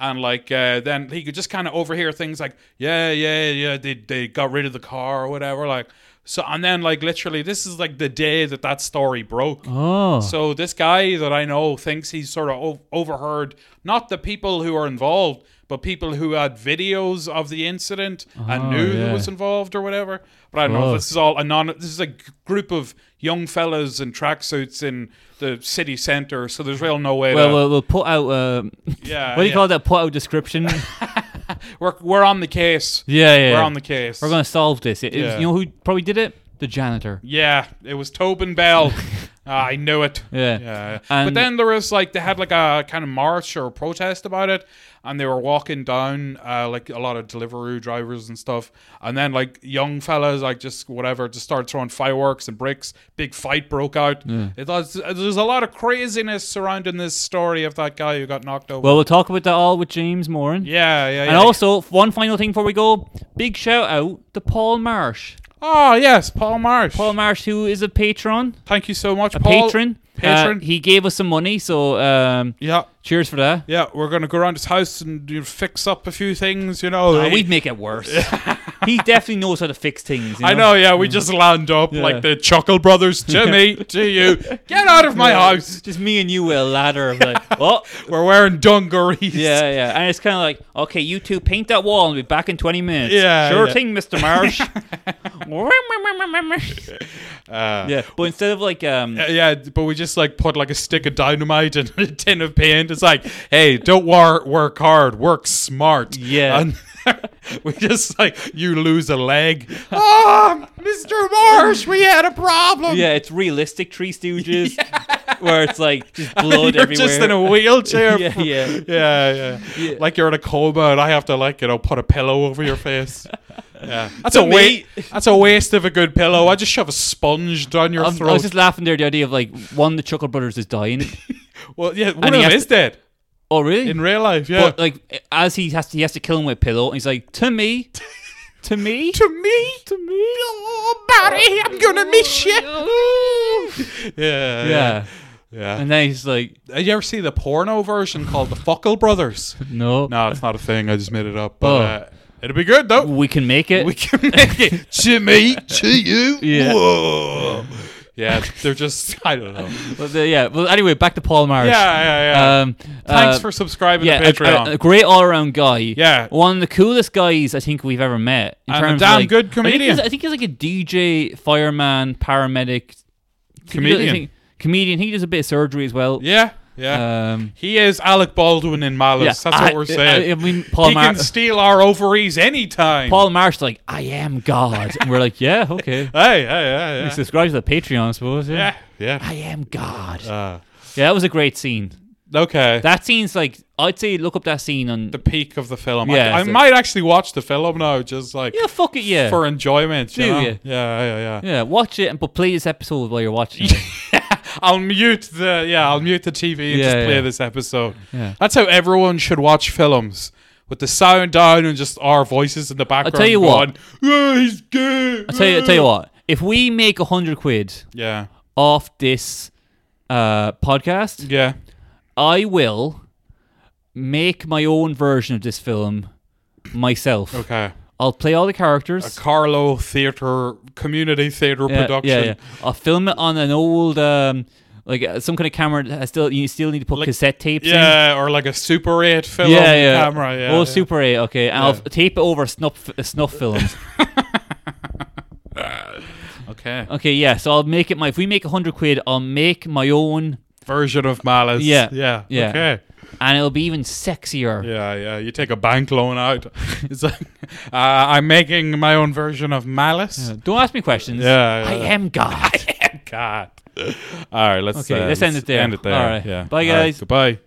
Speaker 1: And like uh, then he could just kind of overhear things like, "Yeah, yeah, yeah, they they got rid of the car or whatever." Like so, and then like literally, this is like the day that that story broke.
Speaker 2: Oh.
Speaker 1: So this guy that I know thinks he's sort of o- overheard not the people who are involved, but people who had videos of the incident and knew
Speaker 2: Oh, yeah.
Speaker 1: who was involved or whatever. But I don't know.
Speaker 2: Fuck.
Speaker 1: if This is all anonymous. This is a g- group of young fellas in tracksuits in the city center. So there's real no way.
Speaker 2: well,
Speaker 1: to,
Speaker 2: well, we'll put out. Um,
Speaker 1: yeah,
Speaker 2: what do you
Speaker 1: yeah.
Speaker 2: call that? Put out description. yeah,
Speaker 1: We're we're on the case.
Speaker 2: yeah. yeah.
Speaker 1: We're on the case.
Speaker 2: We're gonna solve this. It, it was-
Speaker 1: Yeah.
Speaker 2: you know who probably did it? The janitor.
Speaker 1: Yeah, it was Tobin Bell. Ah, I knew it.
Speaker 2: Yeah.
Speaker 1: Yeah. but
Speaker 2: And-
Speaker 1: then there was like they had like a kind of march or a protest about it, and they were walking down uh, like a lot of Deliveroo drivers and stuff, and then like young fellas like just whatever just started throwing fireworks and bricks. Big fight broke out. It was there's a lot of craziness surrounding this story of that guy who got knocked over.
Speaker 2: Well, we'll talk about that all with James Moran.
Speaker 1: yeah, yeah, yeah.
Speaker 2: And also, one final thing before we go, big shout out to Paul Marsh.
Speaker 1: oh yes, Paul Marsh.
Speaker 2: Paul Marsh, who is a patron,
Speaker 1: thank you so much,
Speaker 2: a
Speaker 1: Paul.
Speaker 2: patron. Uh,
Speaker 1: Patron.
Speaker 2: he gave us some money, so um,
Speaker 1: yeah.
Speaker 2: cheers for that.
Speaker 1: Yeah, we're gonna go around his house and you know, fix up a few things, you know.
Speaker 2: Uh, we'd make it worse. he definitely knows how to fix things. You Mm.
Speaker 1: I know, yeah, we just land up
Speaker 2: Yeah.
Speaker 1: like the Chuckle Brothers to me, to you. Get out of my house.
Speaker 2: Just me and you with a ladder of like, oh,
Speaker 1: We're wearing dungarees.
Speaker 2: yeah, yeah. And it's kind of like, okay, you two paint that wall and we'll be back in 20 minutes.
Speaker 1: Yeah,
Speaker 2: Sure
Speaker 1: yeah.
Speaker 2: thing, Mr. Marsh.
Speaker 1: Uh,
Speaker 2: yeah. But instead of like, um,
Speaker 1: yeah. Yeah, but we just like put like a stick of dynamite and a tin of paint. It's like, hey, don't war- work hard, work smart.
Speaker 2: Yeah.
Speaker 1: And we just like, you lose a leg. Ah, Mr. Marsh, we had a problem.
Speaker 2: yeah, it's realistic Three Stooges where it's like just blood
Speaker 1: You're
Speaker 2: everywhere.
Speaker 1: just in a wheelchair.
Speaker 2: yeah, yeah.
Speaker 1: yeah, yeah, Like you're in a coma and I have to like you know put a pillow over your face. yeah, that's
Speaker 2: To
Speaker 1: a waste.
Speaker 2: me-
Speaker 1: That's a waste of a good pillow. I just shove a sponge down your
Speaker 2: I'm- Um, I
Speaker 1: throat.
Speaker 2: was just laughing there. The idea of like one, the Chuckle Brothers is dying.
Speaker 1: well, yeah, one of
Speaker 2: he
Speaker 1: them
Speaker 2: has
Speaker 1: is dead
Speaker 2: Oh, really?
Speaker 1: in real life. Yeah,
Speaker 2: But uh, like, as he has to, he has to kill him with a pillow. And he's like, to me, to me,
Speaker 1: to me, to me, oh Barry, I'm gonna miss you. yeah, yeah,
Speaker 2: yeah.
Speaker 1: yeah.
Speaker 2: And then he's like,
Speaker 1: Uh, you ever see the porno version called the Fuckle Brothers?
Speaker 2: no,
Speaker 1: no, it's not a thing. I just made it up. But
Speaker 2: Oh.
Speaker 1: uh, it'll be good though.
Speaker 2: we can make it.
Speaker 1: We can make it to me, to you.
Speaker 2: Yeah.
Speaker 1: Whoa. Yeah, they're just, I don't know.
Speaker 2: But the- yeah. Well, anyway, back to Paul Marsh.
Speaker 1: Yeah, yeah, yeah.
Speaker 2: Um,
Speaker 1: Thanks
Speaker 2: uh,
Speaker 1: for subscribing
Speaker 2: yeah,
Speaker 1: to
Speaker 2: a-
Speaker 1: Patreon.
Speaker 2: A, a great all-around guy.
Speaker 1: Yeah.
Speaker 2: one of the coolest guys I think we've ever met. In
Speaker 1: And a
Speaker 2: terms
Speaker 1: damn
Speaker 2: of like,
Speaker 1: good
Speaker 2: I think he's-
Speaker 1: comedian.
Speaker 2: I think, he's, like a DJ, fireman, paramedic,
Speaker 1: Comedian.
Speaker 2: I think- comedian. He does a bit of surgery as well.
Speaker 1: yeah, yeah.
Speaker 2: Um,
Speaker 1: he is Alec Baldwin in Malice.
Speaker 2: yeah,
Speaker 1: That's
Speaker 2: I-
Speaker 1: what we're saying.
Speaker 2: I, I mean, Paul
Speaker 1: he
Speaker 2: Mar-
Speaker 1: can steal our ovaries anytime.
Speaker 2: Paul Marsh like, I am God. And we're like, yeah, okay.
Speaker 1: Hey, hey, hey, yeah.
Speaker 2: Subscribe to the Patreon, I suppose. Yeah.
Speaker 1: Yeah, yeah.
Speaker 2: I am God.
Speaker 1: Uh,
Speaker 2: Yeah, that was a great scene.
Speaker 1: Okay.
Speaker 2: That scene's like I'd say look up that scene on.
Speaker 1: the peak of the film. I-
Speaker 2: Yeah,
Speaker 1: I,
Speaker 2: it's like-
Speaker 1: might actually watch the film now, just like
Speaker 2: yeah, fuck it, yeah,
Speaker 1: for enjoyment. you
Speaker 2: Do
Speaker 1: know?
Speaker 2: you?
Speaker 1: Yeah, yeah, yeah.
Speaker 2: yeah. Watch it and but play this episode while you're watching. it.
Speaker 1: I'll mute the yeah, I'll mute the TV and
Speaker 2: Yeah,
Speaker 1: just play
Speaker 2: yeah.
Speaker 1: this episode.
Speaker 2: Yeah.
Speaker 1: That's how everyone should watch films. With the sound down and just our voices in the background.
Speaker 2: you
Speaker 1: going,
Speaker 2: what.
Speaker 1: "Yeah, he's gay.
Speaker 2: I tell you, I tell you what. If we make a hundred quid
Speaker 1: Yeah.
Speaker 2: off this uh, podcast,
Speaker 1: Yeah.
Speaker 2: I will make my own version of this film myself.
Speaker 1: Okay.
Speaker 2: I'll play all the characters.
Speaker 1: Carlo Theatre, community theatre
Speaker 2: Yeah,
Speaker 1: production.
Speaker 2: Yeah, yeah. I'll film it on an old, um, like uh, some kind of camera. That I still you still need to put cassette tapes. in.
Speaker 1: Yeah, or like a Super 8 film
Speaker 2: yeah, yeah.
Speaker 1: camera. Yeah,
Speaker 2: oh,
Speaker 1: yeah.
Speaker 2: Super Eight. Okay, and I'll f- tape it over snuff uh, snuff films.
Speaker 1: Okay.
Speaker 2: okay, yeah. So I'll make it my. If we make a hundred quid, I'll make my own,
Speaker 1: Version of Malice.
Speaker 2: Yeah,
Speaker 1: Yeah.
Speaker 2: yeah.
Speaker 1: Okay.
Speaker 2: and it'll be even sexier.
Speaker 1: Yeah, yeah. You take a bank loan out. It's like, uh, I'm making my own version of Malice.
Speaker 2: Don't ask me questions.
Speaker 1: Yeah,
Speaker 2: I
Speaker 1: yeah.
Speaker 2: am God.
Speaker 1: God. All right, let's
Speaker 2: Okay, let's end it there.
Speaker 1: um, End it there.
Speaker 2: All right.
Speaker 1: Yeah.
Speaker 2: Bye,
Speaker 1: All right,
Speaker 2: guys.
Speaker 1: Goodbye.